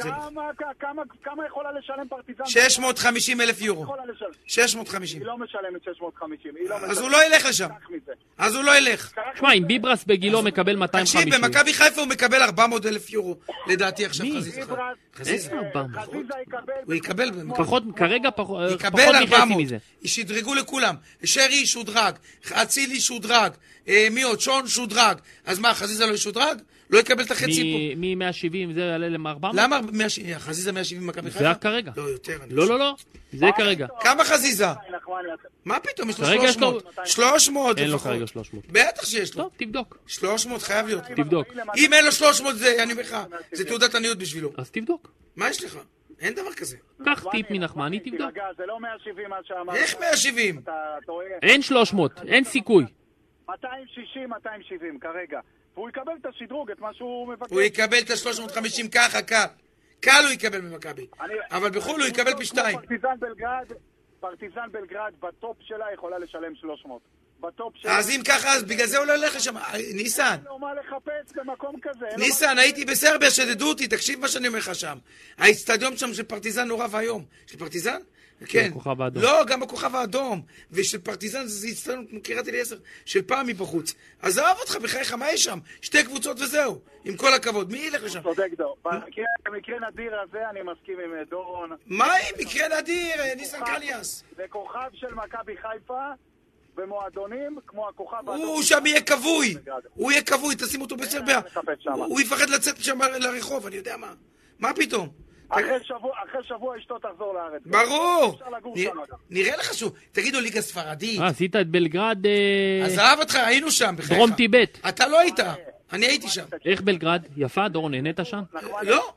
Speaker 9: כמה, כמה, כמה יכולה לשלם פרטיזן?
Speaker 8: 650 אלף יורו.
Speaker 9: יכולה לשלם.
Speaker 8: 650.
Speaker 9: היא לא משלמת 650, היא לא משלמת.
Speaker 8: אז הוא לא ילך לשם.
Speaker 9: קח מזה.
Speaker 8: אז הוא לא ילך.
Speaker 9: קח
Speaker 7: תשמע, אם ביברס בגילו מקבל 250...
Speaker 8: תקשיב, במכבי חיפה הוא מקבל 400 אלף יורו, לדעתי עכשיו
Speaker 7: מי?
Speaker 8: חזיזה.
Speaker 9: ביברס,
Speaker 7: חזיזה,
Speaker 9: אה,
Speaker 7: ארבע מאות.
Speaker 9: חזיזה יקבל.
Speaker 8: הוא יקבל במכבי.
Speaker 7: פחות, כרגע פח- פחות
Speaker 8: יקבל
Speaker 7: מחצי
Speaker 8: 400.
Speaker 7: מזה.
Speaker 8: שדרגו לכולם. שרי שודרג, אצילי שודרג, אה, מי עוד? שון שודרג. אז מה, חזיזה לא ישודרג? לא יקבל את החצי פה.
Speaker 7: מ-170 זה יעלה ל-400?
Speaker 8: למה 170? חזיזה 170 במכבי חיפה?
Speaker 7: זה רק כרגע.
Speaker 8: לא, יותר. אני
Speaker 7: לא,
Speaker 8: חושב.
Speaker 7: לא, לא. זה כרגע.
Speaker 8: כמה חזיזה?
Speaker 9: נחמני, אתה-
Speaker 8: מה פתאום? יש לו
Speaker 7: כרגע יש לו-
Speaker 8: 300. 300
Speaker 7: אין לו
Speaker 8: לפחות.
Speaker 7: כרגע 300.
Speaker 8: בטח שיש לו.
Speaker 7: טוב, תבדוק.
Speaker 8: 300 חייב להיות. לו.
Speaker 7: תבדוק.
Speaker 8: אם אין לו 300 זה, אני אומר לך, זה תעודת עניות בשבילו.
Speaker 7: אז תבדוק.
Speaker 8: מה יש לך? אין דבר כזה.
Speaker 7: קח טיפ מנחמני,
Speaker 9: נחמני,
Speaker 7: תבדוק.
Speaker 9: תירגע, זה לא 170 מה שאמרת.
Speaker 8: איך 170?
Speaker 9: אתה טועה.
Speaker 7: אין 300, אין סיכוי.
Speaker 9: 260, 270 כרגע. והוא יקבל את השדרוג, את מה שהוא מבקש.
Speaker 8: הוא יקבל את ה-350 ככה, קל. קל הוא יקבל במכבי.
Speaker 9: אני- נכון.
Speaker 8: אבל בחו"ל הוא יקבל פי
Speaker 9: כמו
Speaker 8: שתיים.
Speaker 9: פרטיזן בלגרד, פרטיזן בלגרד בטופ שלה יכולה לשלם 300. בטופ של...
Speaker 8: אז אם ככה, אז בגלל זה הוא לא ילך לשם. אה, ניסן,
Speaker 9: אין לו מה לחפש במקום כזה. אין לו
Speaker 8: ניסן,
Speaker 9: מה-
Speaker 8: הייתי בסרביה, שדדו אותי, תקשיב מה שאני אומר לך שם. האיצטדיון שם של פרטיזן נורא ואיום. של פרטיזן? כן.
Speaker 7: בכוכב האדום.
Speaker 8: לא, גם בכוכב האדום. ושל פרטיזן זה איצטדיון כמו קריית אליעזר, של פעם מבחוץ. עזוב אותך, בחייך, מה יש שם? שתי קבוצות וזהו. עם כל הכבוד, מי ילך לשם?
Speaker 9: צודק דור. במקרה- במקרה נדיר הזה אני מסכים עם אה, דורון.
Speaker 8: מה עם מקרה נדיר, אה, ניסן קליאס?
Speaker 9: זה כוכב של מכבי חיפה במועדונים כמו הכוכב האדום.
Speaker 8: הוא שם יהיה כבוי. הוא יהיה כבוי, תשים אותו בסרביה.
Speaker 9: לחפש שם.
Speaker 8: הוא הוא יפחד לצאת שם לרחוב, אני יודע מה. מה פתאום?
Speaker 9: אחרי שבוע- אחרי שבוע אשתו תחזור לארץ.
Speaker 8: ברור!
Speaker 9: אפשר לגור
Speaker 8: נ-
Speaker 9: שם, אגב.
Speaker 8: נראה לך שהוא... תגידו, ליגה ספרדית?
Speaker 7: אה, עשית את בלגרד... אה,
Speaker 8: עזב אותך, היינו שם בחייך.
Speaker 7: דרום טיבט.
Speaker 8: אתה לא היית,
Speaker 9: אה,
Speaker 8: אני הייתי שם.
Speaker 7: איך בלגרד? יפה, דורון, נהנית שם?
Speaker 8: לא,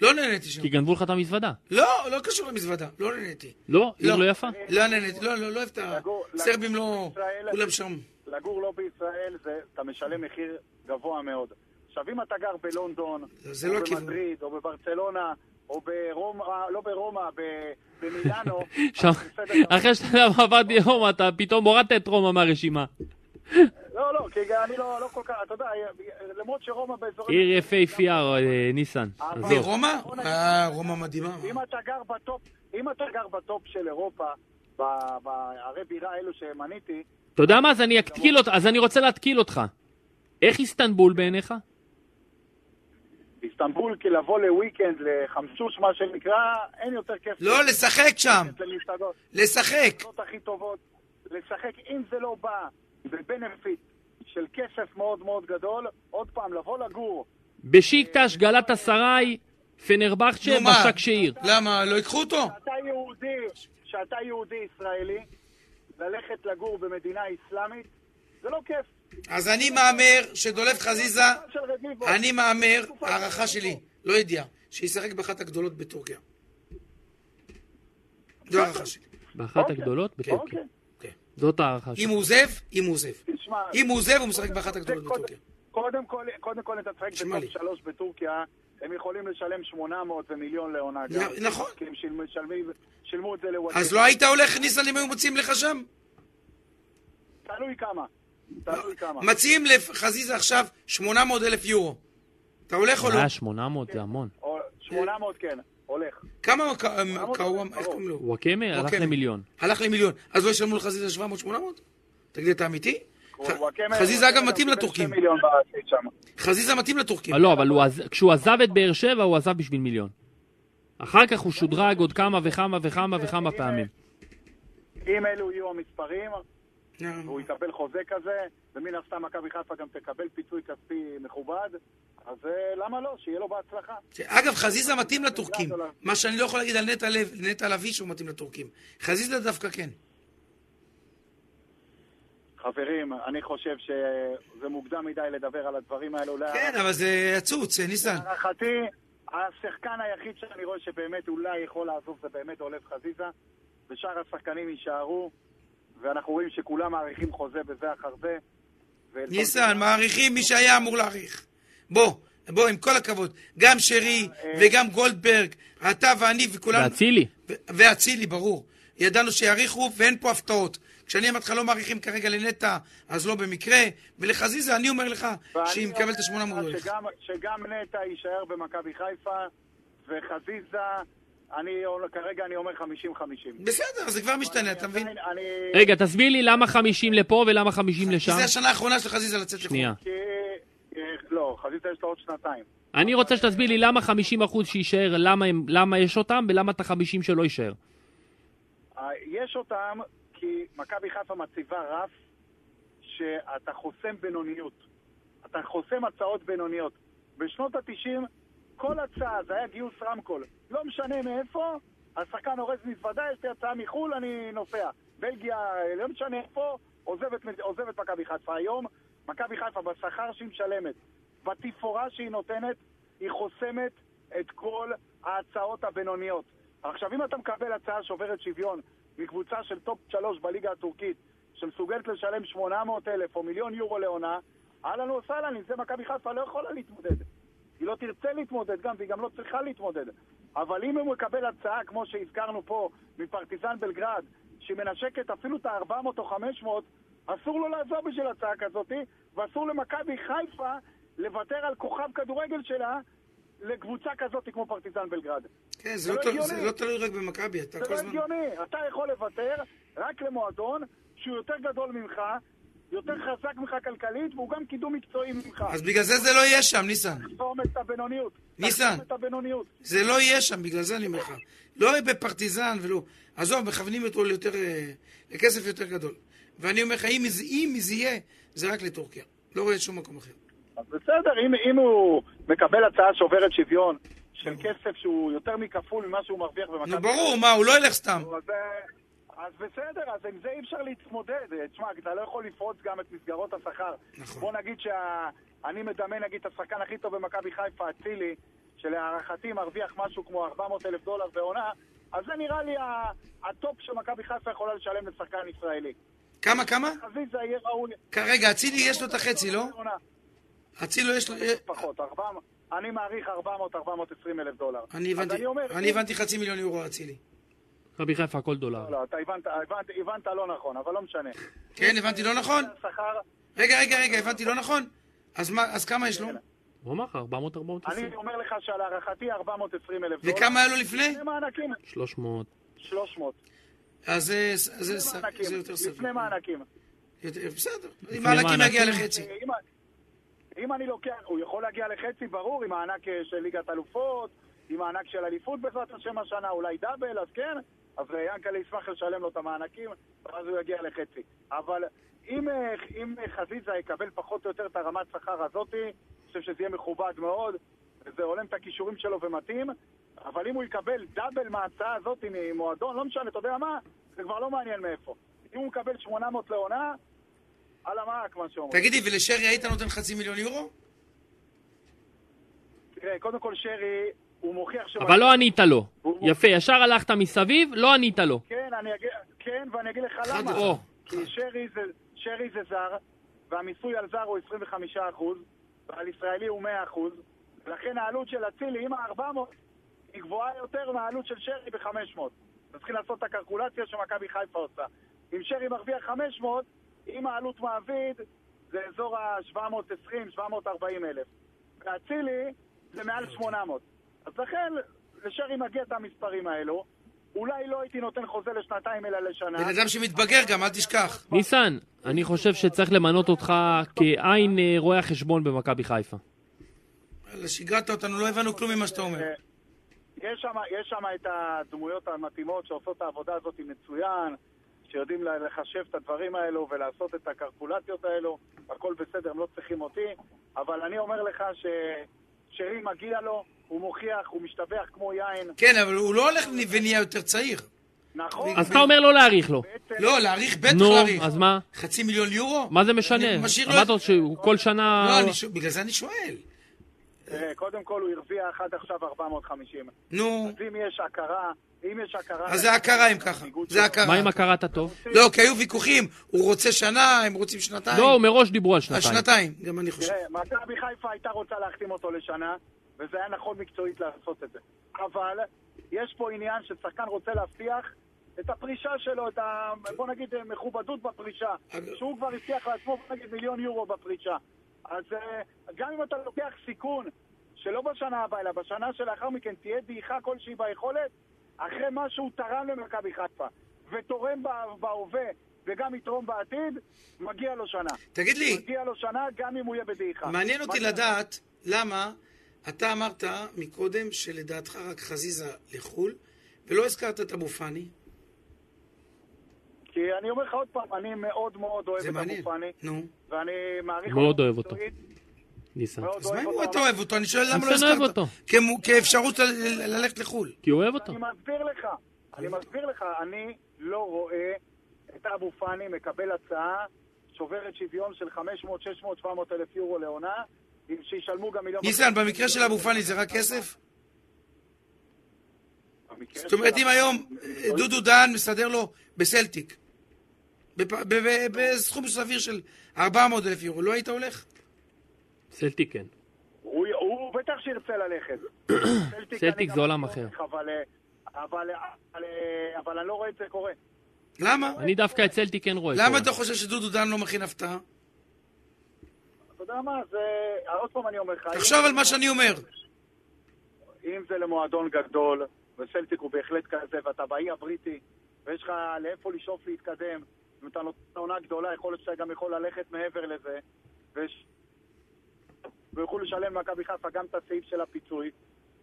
Speaker 8: לא נהניתי שם.
Speaker 7: כי גנבו לך את המזוודה.
Speaker 8: לא, לא קשור למזוודה, לא נהניתי.
Speaker 7: לא? עיר לא יפה?
Speaker 8: לא נהניתי, לא, לא, לא אוהב את ה...
Speaker 9: לגור-
Speaker 8: סרבים לא...
Speaker 9: ישראל-
Speaker 8: כולם שם.
Speaker 9: לגור לא בישראל, זה, אתה משלם מחיר גבוה מאוד. עכשיו, אם אתה גר בלונדון,
Speaker 8: זה
Speaker 9: או
Speaker 8: לא הכיוון.
Speaker 9: במדריד, או בברצלונה, או ברומא, לא ברומא, ב- במילאנו,
Speaker 7: שם,
Speaker 9: אז בסדר גמור.
Speaker 7: אחרי שאתה עברתי רומא, אתה פתאום הורדת את רומא מהרשימה.
Speaker 9: לא, לא, כי אני לא לא כל כך, אתה יודע, למרות שרומא באזורים...
Speaker 7: עיר יפהפייה, אה, ניסן.
Speaker 9: אבל-
Speaker 7: עזוב.
Speaker 8: ברומא? אה, רומא מדהימה.
Speaker 9: אם אתה גר בטופ, אם אתה גר בטופ של אירופה, ב- בערי בירה האלו שמניתי,
Speaker 7: אתה יודע מה? אז אני אתקיל אותך, אז אני רוצה להתקיל אותך. איך איסטנבול בעיניך?
Speaker 9: באיסטנבול, כי לבוא לוויקנד, לחמשוש, מה שנקרא, אין יותר כיף.
Speaker 8: לא, לשחק שם,
Speaker 9: למסעדות.
Speaker 8: לשחק.
Speaker 9: המטרות הכי טובות, לשחק, אם זה לא בא בבנפיט של כסף מאוד מאוד גדול, עוד פעם, לבוא לגור.
Speaker 7: בשיקטש, גלת אסריי, פנרבחצ'ה,
Speaker 8: נו, מה?
Speaker 7: כן, משק שעיר.
Speaker 8: למה, לא ייקחו אותו?
Speaker 9: שאתה יהודי, שאתה יהודי ישראלי, ללכת לגור במדינה איסלאמית, זה לא כיף.
Speaker 8: אז אני מהמר שדולף חזיזה
Speaker 9: של אוקיי. רביבו.
Speaker 8: אני מהמר, הערכה שלי, לא ידיעה, שישחק באחת הגדולות בטורקיה. זו הערכה שלי.
Speaker 7: באחת הגדולות? בטורקיה.
Speaker 9: אוקיי.
Speaker 7: זאת הערכה
Speaker 8: כן. אם
Speaker 7: שלי.
Speaker 8: הוא עוזב, אם הוא עוזב.
Speaker 9: תשמע,
Speaker 8: אם הוא עוזב, הוא משחק באחת הגדולות
Speaker 9: זה קודם-
Speaker 8: בטורקיה.
Speaker 9: קודם כל, קודם כל, אתה תשחק
Speaker 8: תשמע
Speaker 9: בטופ
Speaker 8: לי.
Speaker 9: שלוש בטורקיה, הם יכולים לשלם 800 ומיליון לעונה גם.
Speaker 8: נ- נכון.
Speaker 9: כי הם שילמו- שלמים- שילמו את זה לוואטסאפ.
Speaker 8: אז לא היית הולך, ניסן, אם היו מוצאים לך שם?
Speaker 9: תלוי כמה.
Speaker 8: לא,
Speaker 9: תלוי כמה.
Speaker 8: מציעים לחזיזה עכשיו 800 אלף יורו. אתה הולך או לא?
Speaker 7: היה 800, זה המון.
Speaker 9: או 800 כן, הולך.
Speaker 8: כמה הוא- כ- קראו, איך קוראים לו?
Speaker 7: וואקמה הלך
Speaker 8: וואקמה.
Speaker 7: למיליון.
Speaker 8: הלך למיליון. אז לא ישלמו לחזיזה 700-800? תגיד, אתה אמיתי? ח-
Speaker 9: וואקמה-
Speaker 8: חזיזה אגב
Speaker 9: וואקמה
Speaker 8: מתאים
Speaker 9: קיבל
Speaker 8: לטורקים.
Speaker 9: שני מיליון בעתיד שם.
Speaker 8: חזיזה מתאים לטורקים.
Speaker 7: אה, לא, אבל הוא עז- כשהוא עזב את באר שבע, הוא עזב בשביל מיליון. אחר כך הוא שודרג עוד כמה וכמה וכמה וכמה פעמים.
Speaker 9: אם אלו יהיו המספרים,
Speaker 8: אה.
Speaker 9: והוא יקבל חוזה כזה, ומן הסתם מכבי חיפה גם תקבל פיצוי כספי מכובד, אז אה, למה לא? שיהיה לו בהצלחה.
Speaker 8: אגב, חזיזה מתאים לטורקים. מה שאני לא יכול להגיד על נטע לב, נטע לביא שהוא מתאים לטורקים. חזיזה דווקא כן.
Speaker 9: חברים, אני חושב שזה מוקדם מדי לדבר על הדברים האלו. אולי-
Speaker 8: כן, אבל זה יצוץ, ניסן.
Speaker 9: להערכתי, השחקן היחיד שאני רואה שבאמת אולי יכול לעזוב זה באמת דולב חזיזה, ושאר השחקנים יישארו, ואנחנו רואים שכולם מאריכים חוזה בזה אחר זה. ו-
Speaker 8: ניסן, מעריכים מי שהיה אמור להעריך. בוא, בוא, עם כל הכבוד. גם שרי
Speaker 9: אה,
Speaker 8: וגם גולדברג, אתה ואני וכולם...
Speaker 7: ואצילי.
Speaker 8: ו- ואצילי, ברור. ידענו שיעריכו ואין פה הפתעות. כשאני אמרתי לך לא מעריכים כרגע לנטע, אז לא במקרה. ולחזיזה, אני אומר לך,
Speaker 9: ואני
Speaker 8: שאם
Speaker 9: אומר
Speaker 8: יקבל את ה-800 הוא
Speaker 9: לך
Speaker 8: הולך.
Speaker 9: שגם- שגם נטע יישאר במכבי חיפה, וחזיזה, אני כרגע אני אומר 50-50.
Speaker 8: בסדר, זה כבר משתנה, אתה מבין?
Speaker 9: עדיין, אני...
Speaker 7: רגע, תסביר לי למה 50 לפה ולמה 50
Speaker 8: כי
Speaker 7: לשם.
Speaker 8: זה השנה האחרונה של חזיזה לצאת לחו"ל.
Speaker 7: שנייה.
Speaker 9: כי... אה, לא, חזיזה יש לו עוד שנתיים.
Speaker 7: אני רוצה שתסביר לי למה 50% שיישאר, למה, הם, למה יש אותם ולמה את ה-50 שלא יישאר.
Speaker 9: אה, יש אותם כי מכבי חיפה מציבה רף שאתה חוסם בינוניות. אתה חוסם הצעות בינוניות. בשנות ה-90 כל הצעה זה היה גיוס רמקול. לא משנה מאיפה, השחקן אורז מזוודה, יש לי הצעה מחו"ל, אני נוסע. בלגיה, אה, לא משנה איפה, עוזב את- עוזב את מכבי חיפה. היום מכבי חיפה בשכר שהיא משלמת, בתפאורה שהיא נותנת, היא חוסמת את כל ההצעות הבינוניות. עכשיו, אם אתה מקבל הצעה שוברת שוויון מקבוצה של טופ שלוש בליגה הטורקית, שמסוגלת לשלם 800 אלף או מיליון יורו לעונה, אהלן וסהלן, עם זה מכבי חיפה לא יכולה להתמודד. היא לא תרצה להתמודד גם, והיא גם לא צריכה להתמודד. אבל אם הוא מקבל הצעה, כמו שהזכרנו פה, מפרטיזן בלגרד, שהיא מנשקת אפילו את ה-400 או 500, אסור לו לעזוב בשביל הצעק הזאת, ואסור למכבי חיפה לוותר על כוכב כדורגל שלה לקבוצה כזאת כמו פרטיזן בלגרד.
Speaker 8: כן,
Speaker 9: זה
Speaker 8: זה
Speaker 9: לא
Speaker 8: לא תל-
Speaker 9: הגיוני.
Speaker 8: זה לא תלוי רק במכבי, אתה
Speaker 9: זה
Speaker 8: כל
Speaker 9: לא
Speaker 8: הזמן...
Speaker 9: הגיוני. אתה יכול לוותר רק למועדון שהוא יותר גדול ממך, יותר חזק ממך כלכלית, והוא גם קידום מקצועי ממך.
Speaker 8: אז בגלל זה זה לא יהיה שם, ניסן.
Speaker 9: תחסום את הבינוניות.
Speaker 8: ניסן.
Speaker 9: תחסום את הבינוניות.
Speaker 8: זה לא יהיה שם, בגלל זה אני אומר לך. לא בפרטיזן ולא... עזוב, מכוונים אותו ליותר... אה, לכסף יותר גדול. ואני אומר לך, אם זה- אם זה יהיה, זה רק לטורקיה. לא רואה שום מקום אחר.
Speaker 9: אז בסדר, אם, אם הוא מקבל הצעה שעוברת שוויון של כסף שהוא יותר מכפול ממה שהוא מרוויח במכבי...
Speaker 8: נו, ברור, מה, הוא לא ילך סתם.
Speaker 9: אז, אה, אז בסדר, אז עם זה אי אפשר להתמודד. אה, תשמע, אתה לא יכול לפרוץ גם את מסגרות השכר.
Speaker 8: נכון.
Speaker 9: בוא נגיד שאני מדמה, נגיד, את השחקן הכי טוב במכבי חיפה, אצילי, שלהערכתי מרוויח משהו כמו 400 אלף דולר בעונה, אז זה נראה לי ה- הטופ שמכבי חיפה יכולה לשלם לשחקן ישראלי.
Speaker 8: כמה, כמה?
Speaker 9: חזיזה יהיה ראוי...
Speaker 8: כרגע, אצילי יש לו את החצי, לא?
Speaker 9: בעונה.
Speaker 8: אצילי יש לו... אה,
Speaker 9: פחות, 400, אני מעריך 400-420 אלף דולר.
Speaker 8: אני הבנתי,
Speaker 9: אז אני אומר,
Speaker 8: אני
Speaker 9: אם-
Speaker 8: הבנתי חצי מיליון יורו אצילי.
Speaker 7: מכבי חיפה הכל דולר.
Speaker 9: לא, אתה הבנת, הבנת, הבנת לא נכון, אבל לא משנה.
Speaker 8: כן, הבנתי לא נכון?
Speaker 9: השכר,
Speaker 8: רגע, רגע, רגע, הבנתי לא נכון? אז מה, אז כמה יש לו?
Speaker 9: לא,
Speaker 7: הוא אמר לך 400, 420,
Speaker 9: אני לא- אומר לך שלהערכתי 420 אלף דולר.
Speaker 8: וכמה היה לו לפני?
Speaker 9: לפני מענקים,
Speaker 7: 300.
Speaker 9: 300
Speaker 8: אז זה- זה
Speaker 9: לפני
Speaker 8: ס-
Speaker 9: מענקים,
Speaker 8: זה יותר סביר.
Speaker 9: לפני מענקים.
Speaker 8: יותר- בסדר, עם מענקים נגיע
Speaker 7: מענקים.
Speaker 8: לחצי.
Speaker 9: אם- אם אני לוקח, הוא יכול להגיע לחצי, ברור, עם מענק אה, של ליגת אלופות, עם מענק של אליפות בעזרת השם השנה, אולי דאבל, אז כן, אז אה, ינקלה ישמח לשלם לו את המענקים, ואז הוא יגיע לחצי. אבל אם, אה, אם אה, חזיזה יקבל פחות או יותר את הרמת שכר הזאתי, אני חושב שזה יהיה מכובד מאוד, וזה הולם את הכישורים שלו ומתאים, אבל אם הוא יקבל דאבל מההצעה הזאת ממועדון, לא משנה, אתה יודע מה, זה כבר לא מעניין מאיפה. אם הוא מקבל 800 לעונה, על המעק, מה שאומרים.
Speaker 8: תגידי, ולשרי היית נותן חצי מיליון יורו?
Speaker 9: תראה, קודם כל שרי, הוא מוכיח ש...
Speaker 7: אבל לא ענית לו.
Speaker 9: הוא-
Speaker 7: יפה, ישר הלכת מסביב, לא ענית לו.
Speaker 9: כן, אני אגיד... כן, ואני אגיד לך
Speaker 8: אחד
Speaker 9: למה.
Speaker 8: אחד.
Speaker 7: או,
Speaker 9: כי שרי זה, שרי זה זר, והמיסוי על זר הוא 25%, ועל ישראלי הוא 100%, ולכן העלות של אצילי עם ה-400 היא גבוהה יותר מהעלות של שרי ב-500. אז צריכים לעשות את הקלקולציה שמכבי חיפה עושה. אם שרי מרוויח 500, עם העלות מעביד זה אזור ה-720-740 אלף. ואצילי זה מעל 800. אז לכן לשרי מגיע את המספרים האלו. אולי לא הייתי נותן חוזה לשנתיים אלא לשנה.
Speaker 8: בן אדם שמתבגר גם, אל תשכח.
Speaker 7: ניסן, אני חושב שצריך למנות אותך כעין אה, רואה חשבון במכבי חיפה.
Speaker 8: וואלה, שיגעת אותנו, לא הבנו כלום ממה שאתה אומר.
Speaker 9: יש שם, יש שם את הדמויות המתאימות שעושות את העבודה הזאת מצוין, שיודעים ל- לחשב את הדברים האלו ולעשות את הקרקולציות האלו, הכל בסדר, הם לא צריכים אותי, אבל אני אומר לך ש... שרי מגיע לו, הוא מוכיח, הוא משתבח כמו יין.
Speaker 8: כן, אבל הוא לא הולך ונהיה יותר צעיר.
Speaker 9: נכון,
Speaker 7: אז אתה אומר לא להאריך לו.
Speaker 8: לא, להעריך בטח
Speaker 7: נו,
Speaker 8: להעריך.
Speaker 7: אז מה?
Speaker 8: חצי מיליון יורו?
Speaker 7: מה זה משנה?
Speaker 8: אני משאיר לו את-
Speaker 7: אמרת שהוא כל שנה...
Speaker 8: לא, אני ש- בגלל זה אני שואל.
Speaker 9: תראה, אה, קודם כל הוא הרוויח עד עכשיו 450.
Speaker 8: נו,
Speaker 9: אז אם יש הכרה, אם יש הכרה...
Speaker 8: אז זה הכרה אם ככה. זה הכרה.
Speaker 7: מה עם הכרת הטוב?
Speaker 8: לא, כי היו ויכוחים, הוא רוצה שנה, הם רוצים שנתיים.
Speaker 7: לא, מראש דיברו על
Speaker 8: אה,
Speaker 7: שנתיים.
Speaker 8: שנתיים, גם אני חושב.
Speaker 9: תראה, מכבי חיפה הייתה רוצה להחתים אותו לשנה, וזה היה נכון מקצועית לעשות את זה. אבל יש פה עניין ששחקן רוצה להבטיח את הפרישה שלו, את ה... בוא נגיד מכובדות בפרישה.
Speaker 8: אגב-
Speaker 9: שהוא כבר הבטיח לעצמו, בוא נגיד, מיליון יורו בפרישה. אז אה, גם אם אתה לוקח סיכון, שלא בשנה הבאה, אלא בשנה שלאחר מכן תהיה דעיכה כלשהי ביכולת, אחרי מה שהוא תרם למכבי חיפה, ותורם ב- בהווה, וגם יתרום בעתיד, מגיע לו שנה.
Speaker 8: תגיד לי,
Speaker 9: מגיע לו שנה גם אם הוא יהיה בדעיכה.
Speaker 8: מעניין אותי
Speaker 9: מגיע-
Speaker 8: לדעת למה אתה אמרת מקודם שלדעתך רק חזיזה לחו"ל, ולא הזכרת את אבו פאני.
Speaker 9: כי אני אומר לך עוד פעם, אני מאוד מאוד אוהב
Speaker 8: זה
Speaker 9: את
Speaker 8: מעניין.
Speaker 9: אבו פאני,
Speaker 8: נו.
Speaker 9: ואני מעריך
Speaker 7: מאוד
Speaker 9: אותו
Speaker 7: אוהב אותו.
Speaker 9: מקצועית,
Speaker 7: ניסן.
Speaker 9: מאוד
Speaker 8: אז מה
Speaker 9: אוהב
Speaker 8: אם
Speaker 9: אותו.
Speaker 8: אתה אוהב אותו? אני שואל למה לא
Speaker 7: אני אוהב
Speaker 8: הזכרת.
Speaker 7: אותו.
Speaker 8: כמו- כאפשרות ל- ל- ללכת לחו"ל.
Speaker 7: כי הוא אוהב אותו.
Speaker 9: אני מסביר לך, אני מסביר לך, אני לא רואה את אבו פאני מקבל הצעה שוברת שוויון של 500, 600, 700 אלף יורו לעונה, עם- שישלמו גם מיליון...
Speaker 8: ניסן, במקרה של אבו פאני זה רק כסף?
Speaker 9: במקרה
Speaker 8: זאת אומרת,
Speaker 9: של-
Speaker 8: אם היום אה, דודו דהן מסדר לו בסלטיק, בפ- ב- ב- בסכום סביר של 400 אלף יורו, לא היית הולך?
Speaker 7: סלטי כן.
Speaker 9: הוא, הוא בטח שירצה
Speaker 7: [coughs]
Speaker 9: ללכת. סלטיק
Speaker 7: סלטיק
Speaker 9: אני גם
Speaker 7: זה עולם
Speaker 9: לא
Speaker 7: אחר.
Speaker 9: אבל, אה, אבל, אה, אבל, אה, אבל אני לא רואה את זה קורה.
Speaker 8: למה?
Speaker 7: אני דווקא את סלטי כן רואה.
Speaker 8: למה
Speaker 7: קורה.
Speaker 8: אתה חושב שדודו דן לא מכין הפתעה?
Speaker 9: אתה יודע מה, זה... עוד פעם אני אומר לך...
Speaker 8: תחשוב
Speaker 9: אם-
Speaker 8: על מה שאני אומר.
Speaker 9: אם זה למועדון גדול, וסלטיק הוא בהחלט כזה, ואתה באי הבריטי, ויש לך לאיפה לשאוף להתקדם, אם אתה נותן עונה גדולה, יכול להיות שאתה גם יכול ללכת מעבר לזה, ויש... ויוכלו לשלם למכבי חיפה גם את הסעיף של הפיצוי.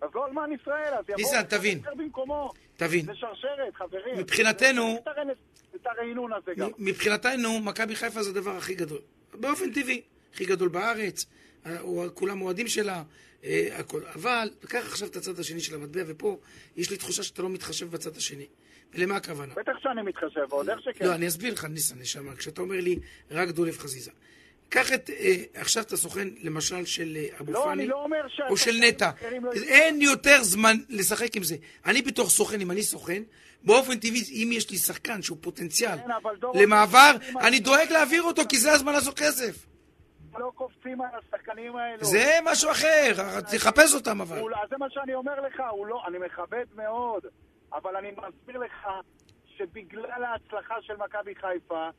Speaker 9: אז לא אלמן ישראל, אז יבוא...
Speaker 8: ניסן, תבין.
Speaker 9: יבוא במקומו.
Speaker 8: תבין.
Speaker 9: זה שרשרת, חברים.
Speaker 8: מבחינתנו-
Speaker 9: זה- זה- זה את הרענון הזה גם.
Speaker 8: מבחינתנו, מכבי חיפה זה הדבר הכי גדול. באופן טבעי. הכי גדול בארץ, אה, או- כולם אוהדים שלה, אה, הכל. אבל, קח עכשיו את הצד השני של המטבע, ופה יש לי תחושה שאתה לא מתחשב בצד השני. ולמה הכוונה?
Speaker 9: בטח שאני מתחשב, ועוד איך שכן.
Speaker 8: לא, אני אסביר לך, ניסן, נשמה, כשאתה אומר לי, רק דולף חזיזה. קח את, אה, עכשיו את הסוכן, למשל, של אה, אבו
Speaker 9: לא,
Speaker 8: פאני,
Speaker 9: אני לא אומר
Speaker 8: או של
Speaker 9: שהשחקנים
Speaker 8: נטע. אה,
Speaker 9: האחרים לא-
Speaker 8: אין יותר זמן לשחק עם זה. אני בתור סוכן, אם אני סוכן, באופן טבעי, אם יש לי שחקן שהוא פוטנציאל
Speaker 9: כן, אבל דורון,
Speaker 8: למעבר,
Speaker 9: אם
Speaker 8: אני
Speaker 9: אני-
Speaker 8: דואג להעביר אותו, כי זה הזמן לעשות כסף.
Speaker 9: לא קופצים על השחקנים האלו.
Speaker 8: זה משהו אחר, אה, תחפש אותם אבל.
Speaker 9: הוא, אז זה מה שאני אומר לך, הוא לא, אני מכבד מאוד, אבל אני מסביר לך שבגלל ההצלחה של מכבי חיפה,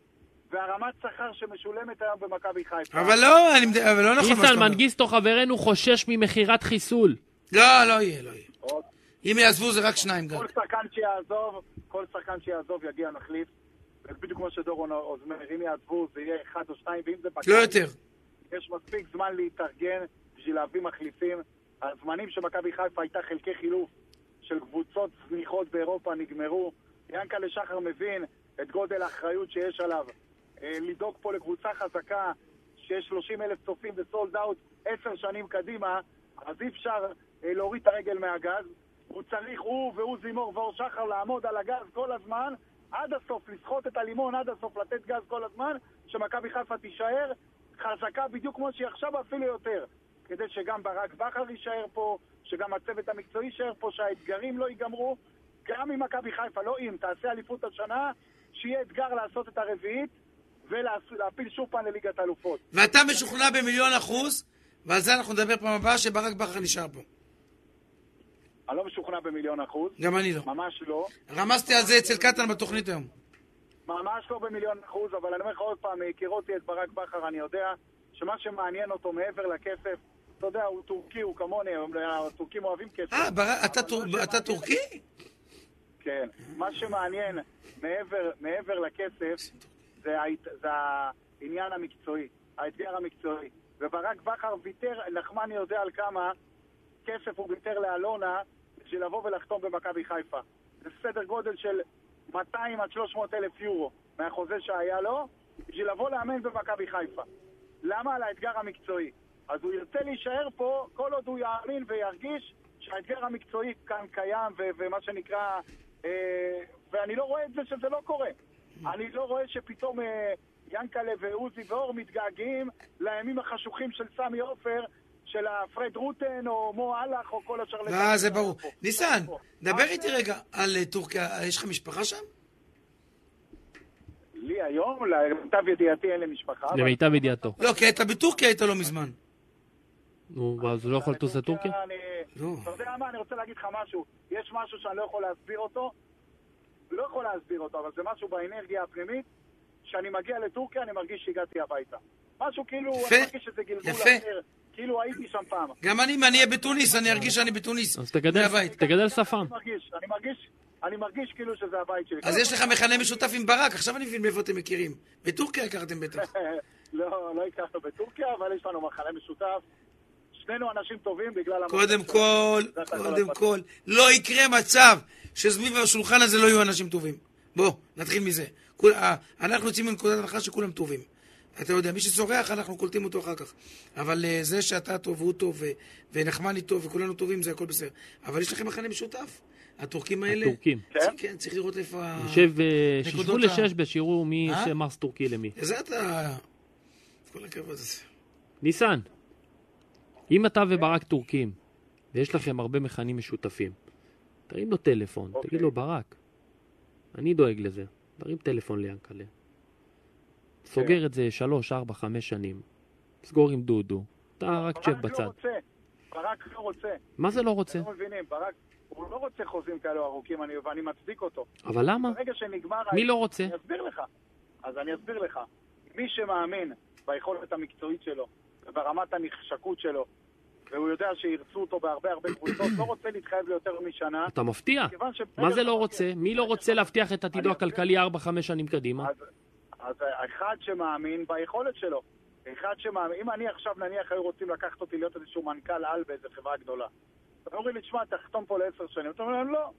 Speaker 9: והרמת שכר שמשולמת היום במכבי חיפה,
Speaker 8: אבל לא, אני, מד- אבל לא נכון מה
Speaker 7: ניסן
Speaker 8: שאתה אומר.
Speaker 7: מנגיסטו חברנו חושש ממכירת חיסול.
Speaker 8: לא, לא יהיה, לא יהיה.
Speaker 9: עוד-
Speaker 8: אם יעזבו זה רק שניים גם.
Speaker 9: כל שחקן שיעזוב, כל שחקן שיעזוב יגיע מחליף. בדיוק כמו שדורון אוזמר, אם יעזבו זה יהיה אחד או שניים, ואם זה בקיץ,
Speaker 8: לא יותר.
Speaker 9: יש מספיק זמן להתארגן בשביל להביא מחליפים. הזמנים שמכבי חיפה הייתה חלקי חילוף של קבוצות זניחות באירופה נגמרו. ינקלה שחר מבין את גודל האחריות שיש עליו. אה, לדאוג פה לקבוצה חזקה שיש 30 אלף צופים וסולד אאוט עשר שנים קדימה, אז אי אפשר אה, להוריד את הרגל מהגז. הוא צריך, הוא ועוזי מור ואור שחר, לעמוד על הגז כל הזמן, עד הסוף, לסחוט את הלימון עד הסוף, לתת גז כל הזמן, שמכבי חיפה תישאר חזקה בדיוק כמו שהיא עכשיו, אפילו יותר. כדי שגם ברק בכר יישאר פה, שגם הצוות המקצועי יישאר פה, שהאתגרים לא ייגמרו. גם אם מכבי חיפה, לא אם, תעשה אליפות השנה, שיהיה אתגר לעשות את הרביעית ולהפיל שוב פעם לליגת אלופות.
Speaker 8: ואתה משוכנע במיליון אחוז, ועל זה אנחנו נדבר פעם הבאה, שברק בכר נשאר פה.
Speaker 9: אני לא משוכנע במיליון אחוז,
Speaker 8: גם אני לא.
Speaker 9: ממש לא.
Speaker 8: רמזתי על זה אצל קטן בתוכנית היום.
Speaker 9: ממש לא במיליון אחוז, אבל אני אומר לך עוד פעם, מהיכיר אותי את ברק בכר, אני יודע שמה שמעניין אותו מעבר לכסף, אתה יודע, הוא טורקי, הוא כמוני, הטורקים אוהבים כסף.
Speaker 8: אה, ברק, אתה
Speaker 9: אבל
Speaker 8: טור-
Speaker 9: מה
Speaker 8: אתה
Speaker 9: שמעניין-
Speaker 8: טורקי?
Speaker 9: כן. מה שמעניין מעבר, מעבר לכסף זה, ההת... זה העניין המקצועי, האתגר המקצועי. וברק בכר ויתר, נחמני יודע על כמה כסף הוא ויתר לאלונה בשביל לבוא ולחתום במכבי חיפה. זה סדר גודל של 200 עד 300 אלף יורו מהחוזה שהיה לו, בשביל לבוא לאמן במכבי חיפה. למה? על האתגר המקצועי. אז הוא ירצה להישאר פה כל עוד הוא יאמין וירגיש שהאתגר המקצועי כאן קיים ו- ומה שנקרא... אה, ואני לא רואה את זה שזה לא קורה. אני לא רואה שפתאום אה, ינקלה ועוזי ואור מתגעגעים לימים החשוכים של סמי עופר, של הפרד רוטן או מו אהלך או כל השרלטנים.
Speaker 8: אה, זה ברור.
Speaker 9: פה. לא
Speaker 8: ניסן,
Speaker 9: פה.
Speaker 8: דבר
Speaker 9: מה
Speaker 8: איתי
Speaker 9: זה?
Speaker 8: רגע על אה, טורקיה. יש לך משפחה שם?
Speaker 9: לי היום, למיטב ידיעתי אין לי משפחה. אבל-
Speaker 7: למיטב ידיעתו.
Speaker 8: לא, כי היית בטורקיה, היית לא מזמן.
Speaker 7: נו, אז הוא לא יכול לטוס לטורקיה?
Speaker 8: לא.
Speaker 9: לא. אתה יודע מה, אני רוצה להגיד לך משהו. יש משהו שאני לא יכול להסביר אותו, לא יכול להסביר אותו, אבל זה משהו באנרגיה הפנימית, שאני מגיע לטורקיה, אני מרגיש שהגעתי הביתה. משהו כאילו,
Speaker 8: יפה.
Speaker 9: אני מרגיש שזה גלגול
Speaker 8: יפה.
Speaker 9: אחר, כאילו הייתי שם פעם.
Speaker 8: גם אני, אם אני אהיה בתוניס, אני ארגיש שאני בתוניס.
Speaker 7: אז תגדל-
Speaker 8: מהבית.
Speaker 7: תגדל שפם.
Speaker 9: אני מרגיש, אני מרגיש, אני מרגיש כאילו שזה הבית שלי.
Speaker 8: אז יש לך מכנה משותף עם ברק, עכשיו אני מבין מאיפה אתם מכירים. בטורקיה הכרתם בטח.
Speaker 9: [laughs] לא, לא הכרנו בטורקיה, אבל יש לנו מחנה משותף. שנינו אנשים טובים בגלל... המחנה
Speaker 8: קודם
Speaker 9: שלנו.
Speaker 8: כל,
Speaker 9: זה אתה יכול
Speaker 8: קודם
Speaker 9: לעשות.
Speaker 8: כל, לא יקרה מצב שסביב השולחן הזה לא יהיו אנשים טובים. בוא, נתחיל מזה. כול- אה, אנחנו יוצאים מנקודת הנחה שכולם טובים. אתה יודע, מי שצורח, אנחנו קולטים אותו אחר כך. אבל אה, זה שאתה טוב, והוא טוב, ו- ונחמני טוב, וכולנו טובים, זה הכל בסדר. אבל יש לכם מכנה משותף. הטורקים האלה...
Speaker 7: הטורקים.
Speaker 9: כן.
Speaker 8: כן, צריך לראות איפה... ה-
Speaker 7: יושב, אה, שישבו
Speaker 8: נקודות ה-
Speaker 7: לשש ושיראו מי
Speaker 8: אה?
Speaker 7: שמס טורקי למי.
Speaker 8: זה אתה... כל הכבוד הזה.
Speaker 7: ניסן, אם אתה וברק טורקים, ויש לכם הרבה מכנים משותפים, תרים לו טלפון,
Speaker 9: אוקיי.
Speaker 7: תגיד לו, ברק, אני דואג לזה, תרים טלפון ליענקלה.
Speaker 9: כן.
Speaker 7: סוגר את זה שלוש, ארבע, חמש שנים. סגור עם דודו, אתה רק
Speaker 9: ברק
Speaker 7: צ'ק
Speaker 9: לא
Speaker 7: בצד.
Speaker 9: רוצה. ברק לא רוצה.
Speaker 7: מה זה לא רוצה?
Speaker 9: אתם לא מבינים, ברק, הוא לא רוצה חוזים כאלו ארוכים, אני, ואני מצדיק אותו.
Speaker 7: אבל למה?
Speaker 9: ברגע שנגמר...
Speaker 7: מי לא רוצה?
Speaker 9: אני אסביר לך. אז אני אסביר לך. מי שמאמין ביכולת המקצועית שלו, וברמת הנחשקות שלו, והוא יודע שירצו אותו בהרבה הרבה קבוצות, לא רוצה להתחייב ליותר משנה.
Speaker 7: אתה מפתיע.
Speaker 9: כיוון שברגע
Speaker 7: מה זה לא
Speaker 9: שאתה-
Speaker 7: רוצה? מי לא רוצה להבטיח את עתידו
Speaker 9: אני-
Speaker 7: הכלכלי 4-5 שנים קדימה?
Speaker 9: אז, אז אחד שמאמין ביכולת שלו. אחד שמאמין, אם אני עכשיו נניח היו רוצים לקחת אותי להיות איזשהו מנכ"ל על באיזו חברה גדולה. אז אומרים לי, תשמע, תחתום פה לעשר שנים. אתה אומר להם, לא,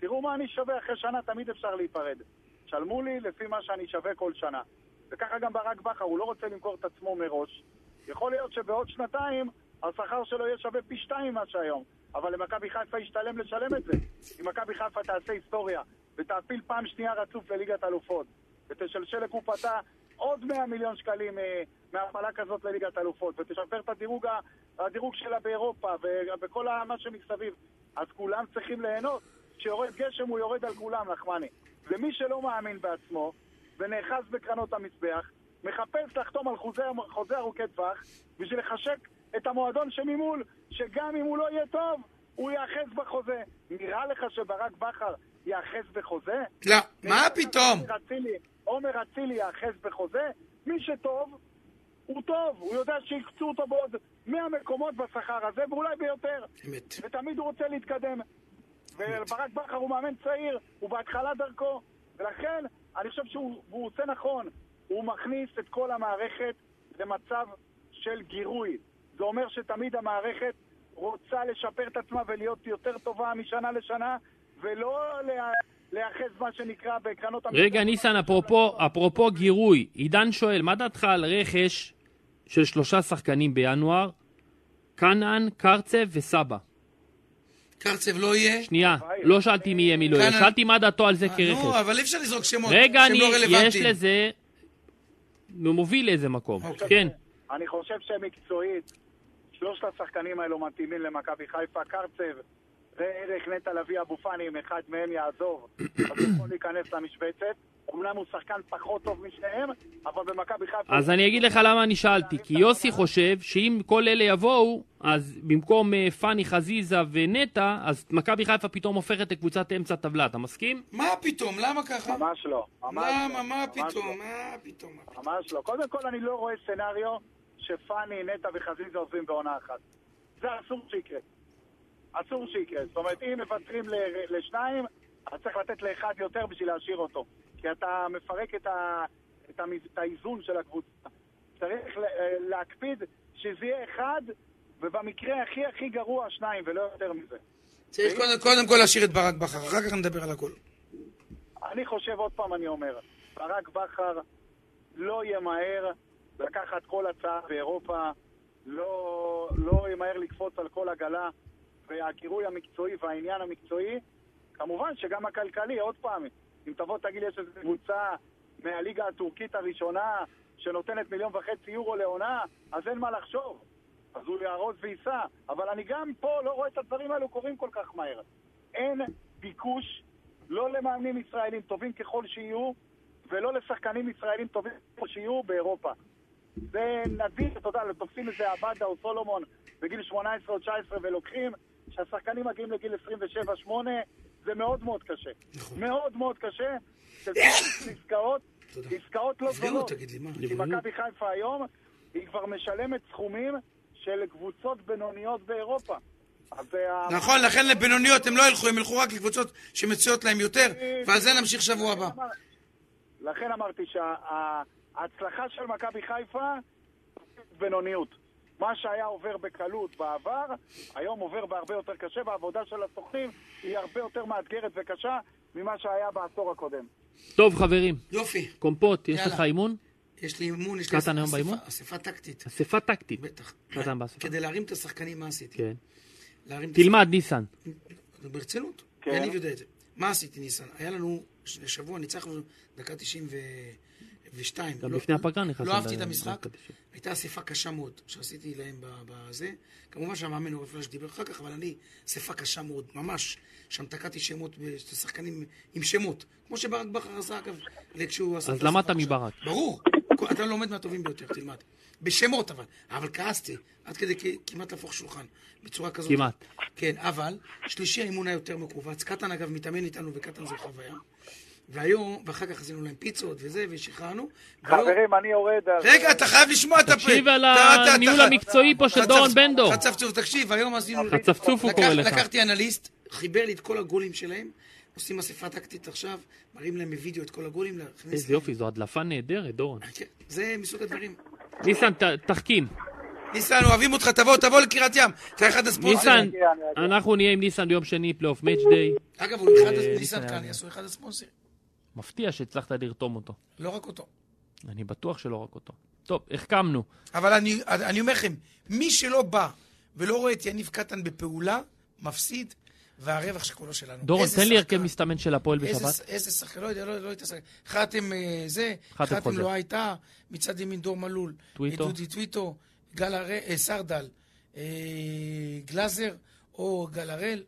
Speaker 9: תראו מה אני שווה, אחרי שנה תמיד אפשר להיפרד. שלמו לי לפי מה שאני שווה כל שנה. וככה גם ברק בכר, הוא לא רוצה למכור את עצמו מראש. יכול להיות שבעוד שנתיים השכר שלו יהיה שווה פי שתיים ממה שהיום, אבל למכבי חיפה ישתלם לשלם את זה. אם מכבי חיפה תעשה היסטוריה ותעפיל פעם שנייה רצוף לליגת אלופות ותשלשל לקופתה עוד 100 מיליון שקלים אה, מהפעלה כזאת לליגת אלופות ותשפר את הדירוג, ה- הדירוג שלה באירופה ובכל ה- מה שמסביב, אז כולם צריכים ליהנות. כשיורד גשם הוא יורד על כולם, נחמני. ומי שלא מאמין בעצמו ונאחז בקרנות המזבח, מחפש לחתום על חוזה, חוזה ארוכי טווח בשביל לחשק את המועדון שממול, שגם אם הוא לא יהיה טוב, הוא ייאחז בחוזה. נראה לך שברק בכר ייאחז בחוזה?
Speaker 8: לא, מה פתאום?
Speaker 9: עומר אצילי, עומר אצילי ייאחז בחוזה, מי שטוב, הוא טוב, הוא יודע שיקצו אותו בעוד 100 מקומות בשכר הזה, ואולי ביותר.
Speaker 8: אמת.
Speaker 9: ותמיד הוא רוצה להתקדם. וברק בכר הוא מאמן צעיר, הוא בהתחלת דרכו, ולכן אני חושב שהוא והוא עושה נכון. הוא מכניס את כל המערכת למצב של גירוי. זה אומר שתמיד המערכת רוצה לשפר את עצמה ולהיות יותר טובה משנה לשנה, ולא לה- להיאחז מה שנקרא בקרנות...
Speaker 7: רגע, ניסן, אפרופו, אפרופו גירוי, עידן שואל, מה דעתך על רכש של שלושה שחקנים בינואר? קנאן, קרצב וסבא.
Speaker 8: קרצב לא יהיה?
Speaker 7: שנייה, לא שאלתי מי יהיה מי לא יהיה,
Speaker 8: קנן- אה,
Speaker 7: שאלתי מה דעתו על זה
Speaker 8: נו,
Speaker 7: כרכש.
Speaker 8: אבל אי אפשר לזרוק שמות
Speaker 7: רגע,
Speaker 8: שהם
Speaker 7: אני,
Speaker 8: לא
Speaker 7: יש
Speaker 8: רלוונטיים.
Speaker 7: לזה... מוביל לאיזה מקום.
Speaker 8: אוקיי.
Speaker 7: כן,
Speaker 9: אני חושב שמקצועית, שלושת השחקנים האלו מתאימים למכבי חיפה. קרצב וערך נטע לביא אבו פאני, אם אחד מהם יעזוב, אז הוא יכול להיכנס למשבצת. אמנם הוא שחקן פחות טוב משניהם, אבל במכבי חיפה...
Speaker 7: אז אני אגיד לך למה אני שאלתי, כי יוסי חושב שאם כל אלה יבואו, אז במקום אה, פאני חזיזה ונטע, אז מכבי חיפה פתאום הופכת לקבוצת אמצע טבלה, אתה מסכים?
Speaker 8: מה פתאום? למה ככה?
Speaker 9: ממש לא. ממש
Speaker 8: למה?
Speaker 9: לא,
Speaker 8: מה
Speaker 9: ממש
Speaker 8: פתאום?
Speaker 9: לא,
Speaker 8: מה פתאום? מה פתאום?
Speaker 9: ממש לא. קודם כל, אני לא רואה סצנריו שפאני, נטע וחזיזה עוזבים בעונה אחת. זה אסור שיקרה. אסור שיקרה. זאת אומרת, אם מוותרים ל- לשניים, אז צריך לתת לאחד יותר בשביל להשאיר אותו. כי אתה מפרק את, ה, את, המז, את האיזון של הקבוצה. צריך ל- אה, להקפיד שזה יהיה אחד, ובמקרה הכי הכי גרוע, שניים, ולא יותר מזה.
Speaker 8: צריך קודם- קודם כל להשאיר את ברק בכר, אחר כך נדבר על הכל.
Speaker 9: אני חושב, עוד פעם אני אומר, ברק בכר לא ימהר לקחת כל הצעה באירופה, לא, לא ימהר לקפוץ על כל עגלה, והקירוי המקצועי והעניין המקצועי, כמובן שגם הכלכלי, עוד פעם, אם תבוא תגיד לי יש איזו קבוצה מהליגה הטורקית הראשונה שנותנת מיליון וחצי יורו לעונה, אז אין מה לחשוב. אז הוא יארוז וייסע, אבל אני גם פה לא רואה את הדברים האלו קורים כל כך מהר. אין ביקוש לא למאמנים ישראלים טובים ככל שיהיו, ולא לשחקנים ישראלים טובים ככל שיהיו באירופה. זה נדיר, אתה יודע, תופסים איזה עבדה או סולומון בגיל 18 או 19 ולוקחים, כשהשחקנים מגיעים לגיל 27-8, זה מאוד מאוד קשה.
Speaker 8: נכון.
Speaker 9: מאוד מאוד קשה, שזה
Speaker 8: אה!
Speaker 9: עסקאות, עסקאות לא
Speaker 8: תסגרו,
Speaker 9: גדולות.
Speaker 8: תגיד לי, מה?
Speaker 9: כי מכבי חיפה היום, היא כבר משלמת סכומים של קבוצות בינוניות באירופה. אז אה, זה ה-
Speaker 8: נכון, לכן לבינוניות הם לא ילכו, הם ילכו רק לקבוצות שמציעות להם יותר, ועל זה נמשיך שבוע הבא.
Speaker 9: לכן אמרתי שההצלחה של מכבי חיפה בינוניות. מה שהיה עובר בקלות בעבר, היום עובר בהרבה יותר קשה, והעבודה של הסוכנים היא הרבה יותר מאתגרת וקשה ממה שהיה בעשור הקודם.
Speaker 7: טוב, חברים,
Speaker 8: יופי,
Speaker 7: קומפוט, יש
Speaker 8: יאללה.
Speaker 7: לך אימון?
Speaker 8: יש לי אימון, יש לי
Speaker 7: קטן היום
Speaker 8: אספה-
Speaker 7: באימון?
Speaker 8: אספה טקטית,
Speaker 7: אספה טקטית.
Speaker 8: בטח.
Speaker 7: קטן באספה.
Speaker 8: כדי להרים את השחקנים, מה עשיתי?
Speaker 7: כן.
Speaker 8: להרים את
Speaker 7: תלמד, ניסן.
Speaker 8: זה ברצינות?
Speaker 9: כן.
Speaker 8: כן. יניב יודע את זה. מה עשיתי, ניסן? היה לנו ש- שבוע, ניצחנו דקה 92.
Speaker 7: גם
Speaker 8: לא-
Speaker 7: לפני הפגרה נכנסנו
Speaker 8: לא אהבתי
Speaker 7: ל-
Speaker 8: את המשחק.
Speaker 7: דקה 90.
Speaker 8: הייתה אספה קשה מאוד שעשיתי להם ב- בזה. כמובן שהמאמן אורף פלאש דיבר אחר כך, אבל אני, אספה קשה מאוד, ממש. שם תקעתי שמות, ב- של שחקנים עם שמות. כמו שברק בכר עשה, אגב, כשהוא עשה...
Speaker 7: אז
Speaker 8: את האספה
Speaker 7: למדת
Speaker 8: הקשה.
Speaker 7: מברק.
Speaker 8: ברור. אתה לומד מהטובים ביותר, תלמד. בשמות אבל. אבל כעסתי, עד כדי כ- כמעט להפוך שולחן. בצורה כזאת.
Speaker 7: כמעט.
Speaker 8: כן, אבל, שלישי האימון היה יותר מכווץ. קטן אגב מתאמן איתנו, וקטן זו חוויה. והיום, ואחר כך עשינו להם פיצות וזה, ושחררנו. והיום-
Speaker 9: חברים, אני יורד. אז-
Speaker 8: רגע, אתה חייב לשמוע את הפרק.
Speaker 7: תקשיב על הניהול המקצועי פה של דורון בן דור.
Speaker 8: חצפצוף, תקשיב, היום עשינו...
Speaker 7: חצפצוף הוא
Speaker 8: לקח-
Speaker 7: קורא לך.
Speaker 8: לקחתי אנליסט, חיבר לי את כל הגולים שלהם, עושים אספה טקטית עכשיו, מראים להם בווידאו את כל הגולים, להכניס...
Speaker 7: איזה יופי, זו הדלפה נהדרת, דורון.
Speaker 8: כן, זה מסוג הדברים.
Speaker 7: ניסן, ת- תחכים.
Speaker 8: אוקיי, ניסן, אוהבים אותך, תבוא, תבוא לקריית ים. אתה אחד הספונסרים.
Speaker 7: ניסן, אנחנו נהיה עם ניסן ביום שני, פלייאוף מאץ' דיי.
Speaker 8: אגב, הוא אחד... הס- ניסן כאן יעשו אחד הספונסרים.
Speaker 7: מפתיע שהצלחת לרתום אותו.
Speaker 8: לא רק אותו.
Speaker 7: אני בטוח שלא רק אותו. טוב, החכמנו.
Speaker 8: אבל אני, אני אומר לכם, מי שלא בא ולא רואה את יניב קטן בפעולה, מפסיד, והרווח שכולו שלנו.
Speaker 7: דורון,
Speaker 8: איזה
Speaker 7: תן לי הרכב
Speaker 8: שחקן.
Speaker 7: מסתמן של הפועל בשבת.
Speaker 8: איזה- איזה שחקן, לא יודע, לא לא התעסק. חתם אה, זה,
Speaker 7: חתם
Speaker 8: חתם
Speaker 7: חוזר.
Speaker 8: לא הייתה, מצד ימין דור מלול.
Speaker 7: טוויטו.
Speaker 8: אה, דודי טוויטו, גל הר- אה, סרדל, אה, גלאזר, או גל הראל,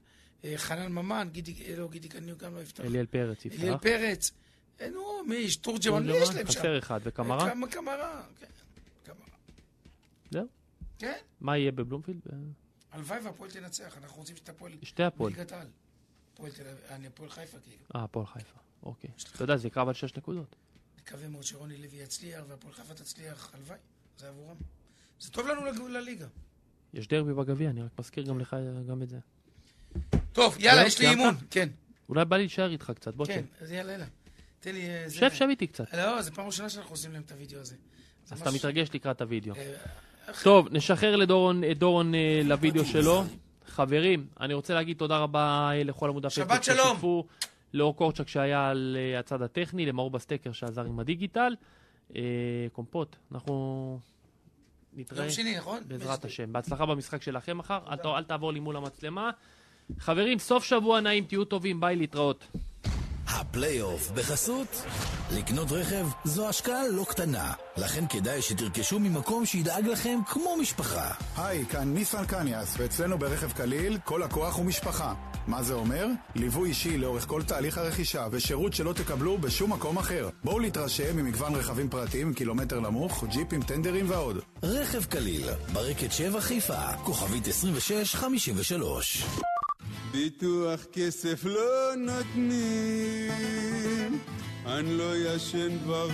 Speaker 8: אה, חנן ממן, גידי, אה, לא, גידי קניו גם לא יפתח.
Speaker 7: אליאל פרץ
Speaker 8: אליאל
Speaker 7: יפתח.
Speaker 8: פרץ. אה, נו, מי יש? תורג'מן, מי יש להם שם?
Speaker 7: חסר אחד, וקמרה?
Speaker 8: אה, כמה- קמרה, כן. קמרה.
Speaker 7: זהו.
Speaker 8: כן,
Speaker 7: מה יהיה בבלומפילד?
Speaker 8: הלוואי והפועל תנצח, אנחנו רוצים שתפועל
Speaker 7: שתי הפועל.
Speaker 8: בליגת העל. הפועל תל אביב, אני הפועל חיפה, כאילו.
Speaker 7: אה, הפועל חיפה. אוקיי. אתה יודע, זה קרב על שש נקודות.
Speaker 8: מקווה מאוד שרוני לוי יצליח והפועל חיפה תצליח, הלוואי, זה עבורם. זה טוב לנו לגאול לליגה.
Speaker 7: יש דרבי בגביע, אני רק מזכיר גם לך גם את זה.
Speaker 8: טוב, יאללה,
Speaker 7: היום
Speaker 8: יש לי
Speaker 7: סיימת?
Speaker 8: אימון. כן,
Speaker 7: אולי בא לי להישאר איתך קצת, בוא
Speaker 8: כן,
Speaker 7: תשב.
Speaker 8: אז יאללה, יאללה. תן לי... אה, זה-
Speaker 7: שב, שב איתי קצת.
Speaker 8: לא, זו פעם ראשונה שאנחנו עושים להם את הוידאו הזה. זה
Speaker 7: אז אתה
Speaker 8: משהו-
Speaker 7: מתרגש לקראת הוידאו.
Speaker 8: אה,
Speaker 7: טוב, נשחרר לדורון, את דורון אה, לוידאו שלו. חברים, אני רוצה להגיד תודה רבה אה, לכל עמוד הפייסבוק.
Speaker 8: שבת שלום.
Speaker 7: ששיתפו, לאור קורצ'ק שהיה על אה, הצד הטכני, למאור בסטקר שעזר עם הדיגיטל. אה, קומפוט, אנחנו נתראה
Speaker 8: יום שני, נכון?
Speaker 7: בעזרת השם. בהצלחה במשחק שלכם מחר, אל ת- אל תעבור לי מול המצלמה. חברים, סוף שבוע נעים, תהיו טובים, ביי, להתראות.
Speaker 1: הפלייאוף בחסות? לקנות רכב זו השקעה לא קטנה, לכן כדאי שתרכשו ממקום שידאג לכם כמו משפחה.
Speaker 2: היי, כאן ניסן קניאס, ואצלנו ברכב קליל כל לקוח הוא משפחה. מה זה אומר? ליווי אישי לאורך כל תהליך הרכישה ושירות שלא תקבלו בשום מקום אחר. בואו להתרשם ממגוון רכבים פרטיים עם קילומטר נמוך, ג'יפים, טנדרים ועוד.
Speaker 1: רכב קליל, ברקת 7 חיפה, כוכבית 2653.
Speaker 4: ביטוח כסף לא נותנים, אני לא ישן כבר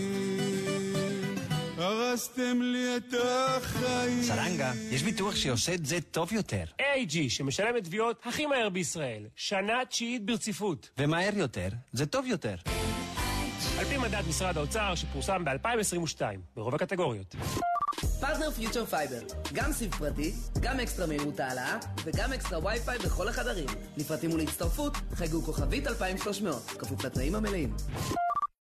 Speaker 4: חודשים, הרסתם לי את החיים.
Speaker 5: סרנגה, יש ביטוח שעושה את זה טוב יותר,
Speaker 6: AIG, שמשלם את תביעות הכי מהר בישראל, שנה תשיעית ברציפות.
Speaker 5: ומהר יותר, זה טוב יותר.
Speaker 6: על פי מדד משרד האוצר שפורסם ב-2022, ברוב הקטגוריות.
Speaker 3: פרטנר פיוטר פייבר, גם סיב פרטי, גם אקסטרה מהירות העלאה, וגם אקסטרה וי-פיי בכל החדרים. לפרטים ולהצטרפות, חייגו כוכבית 2300, כפוף לתנאים המלאים.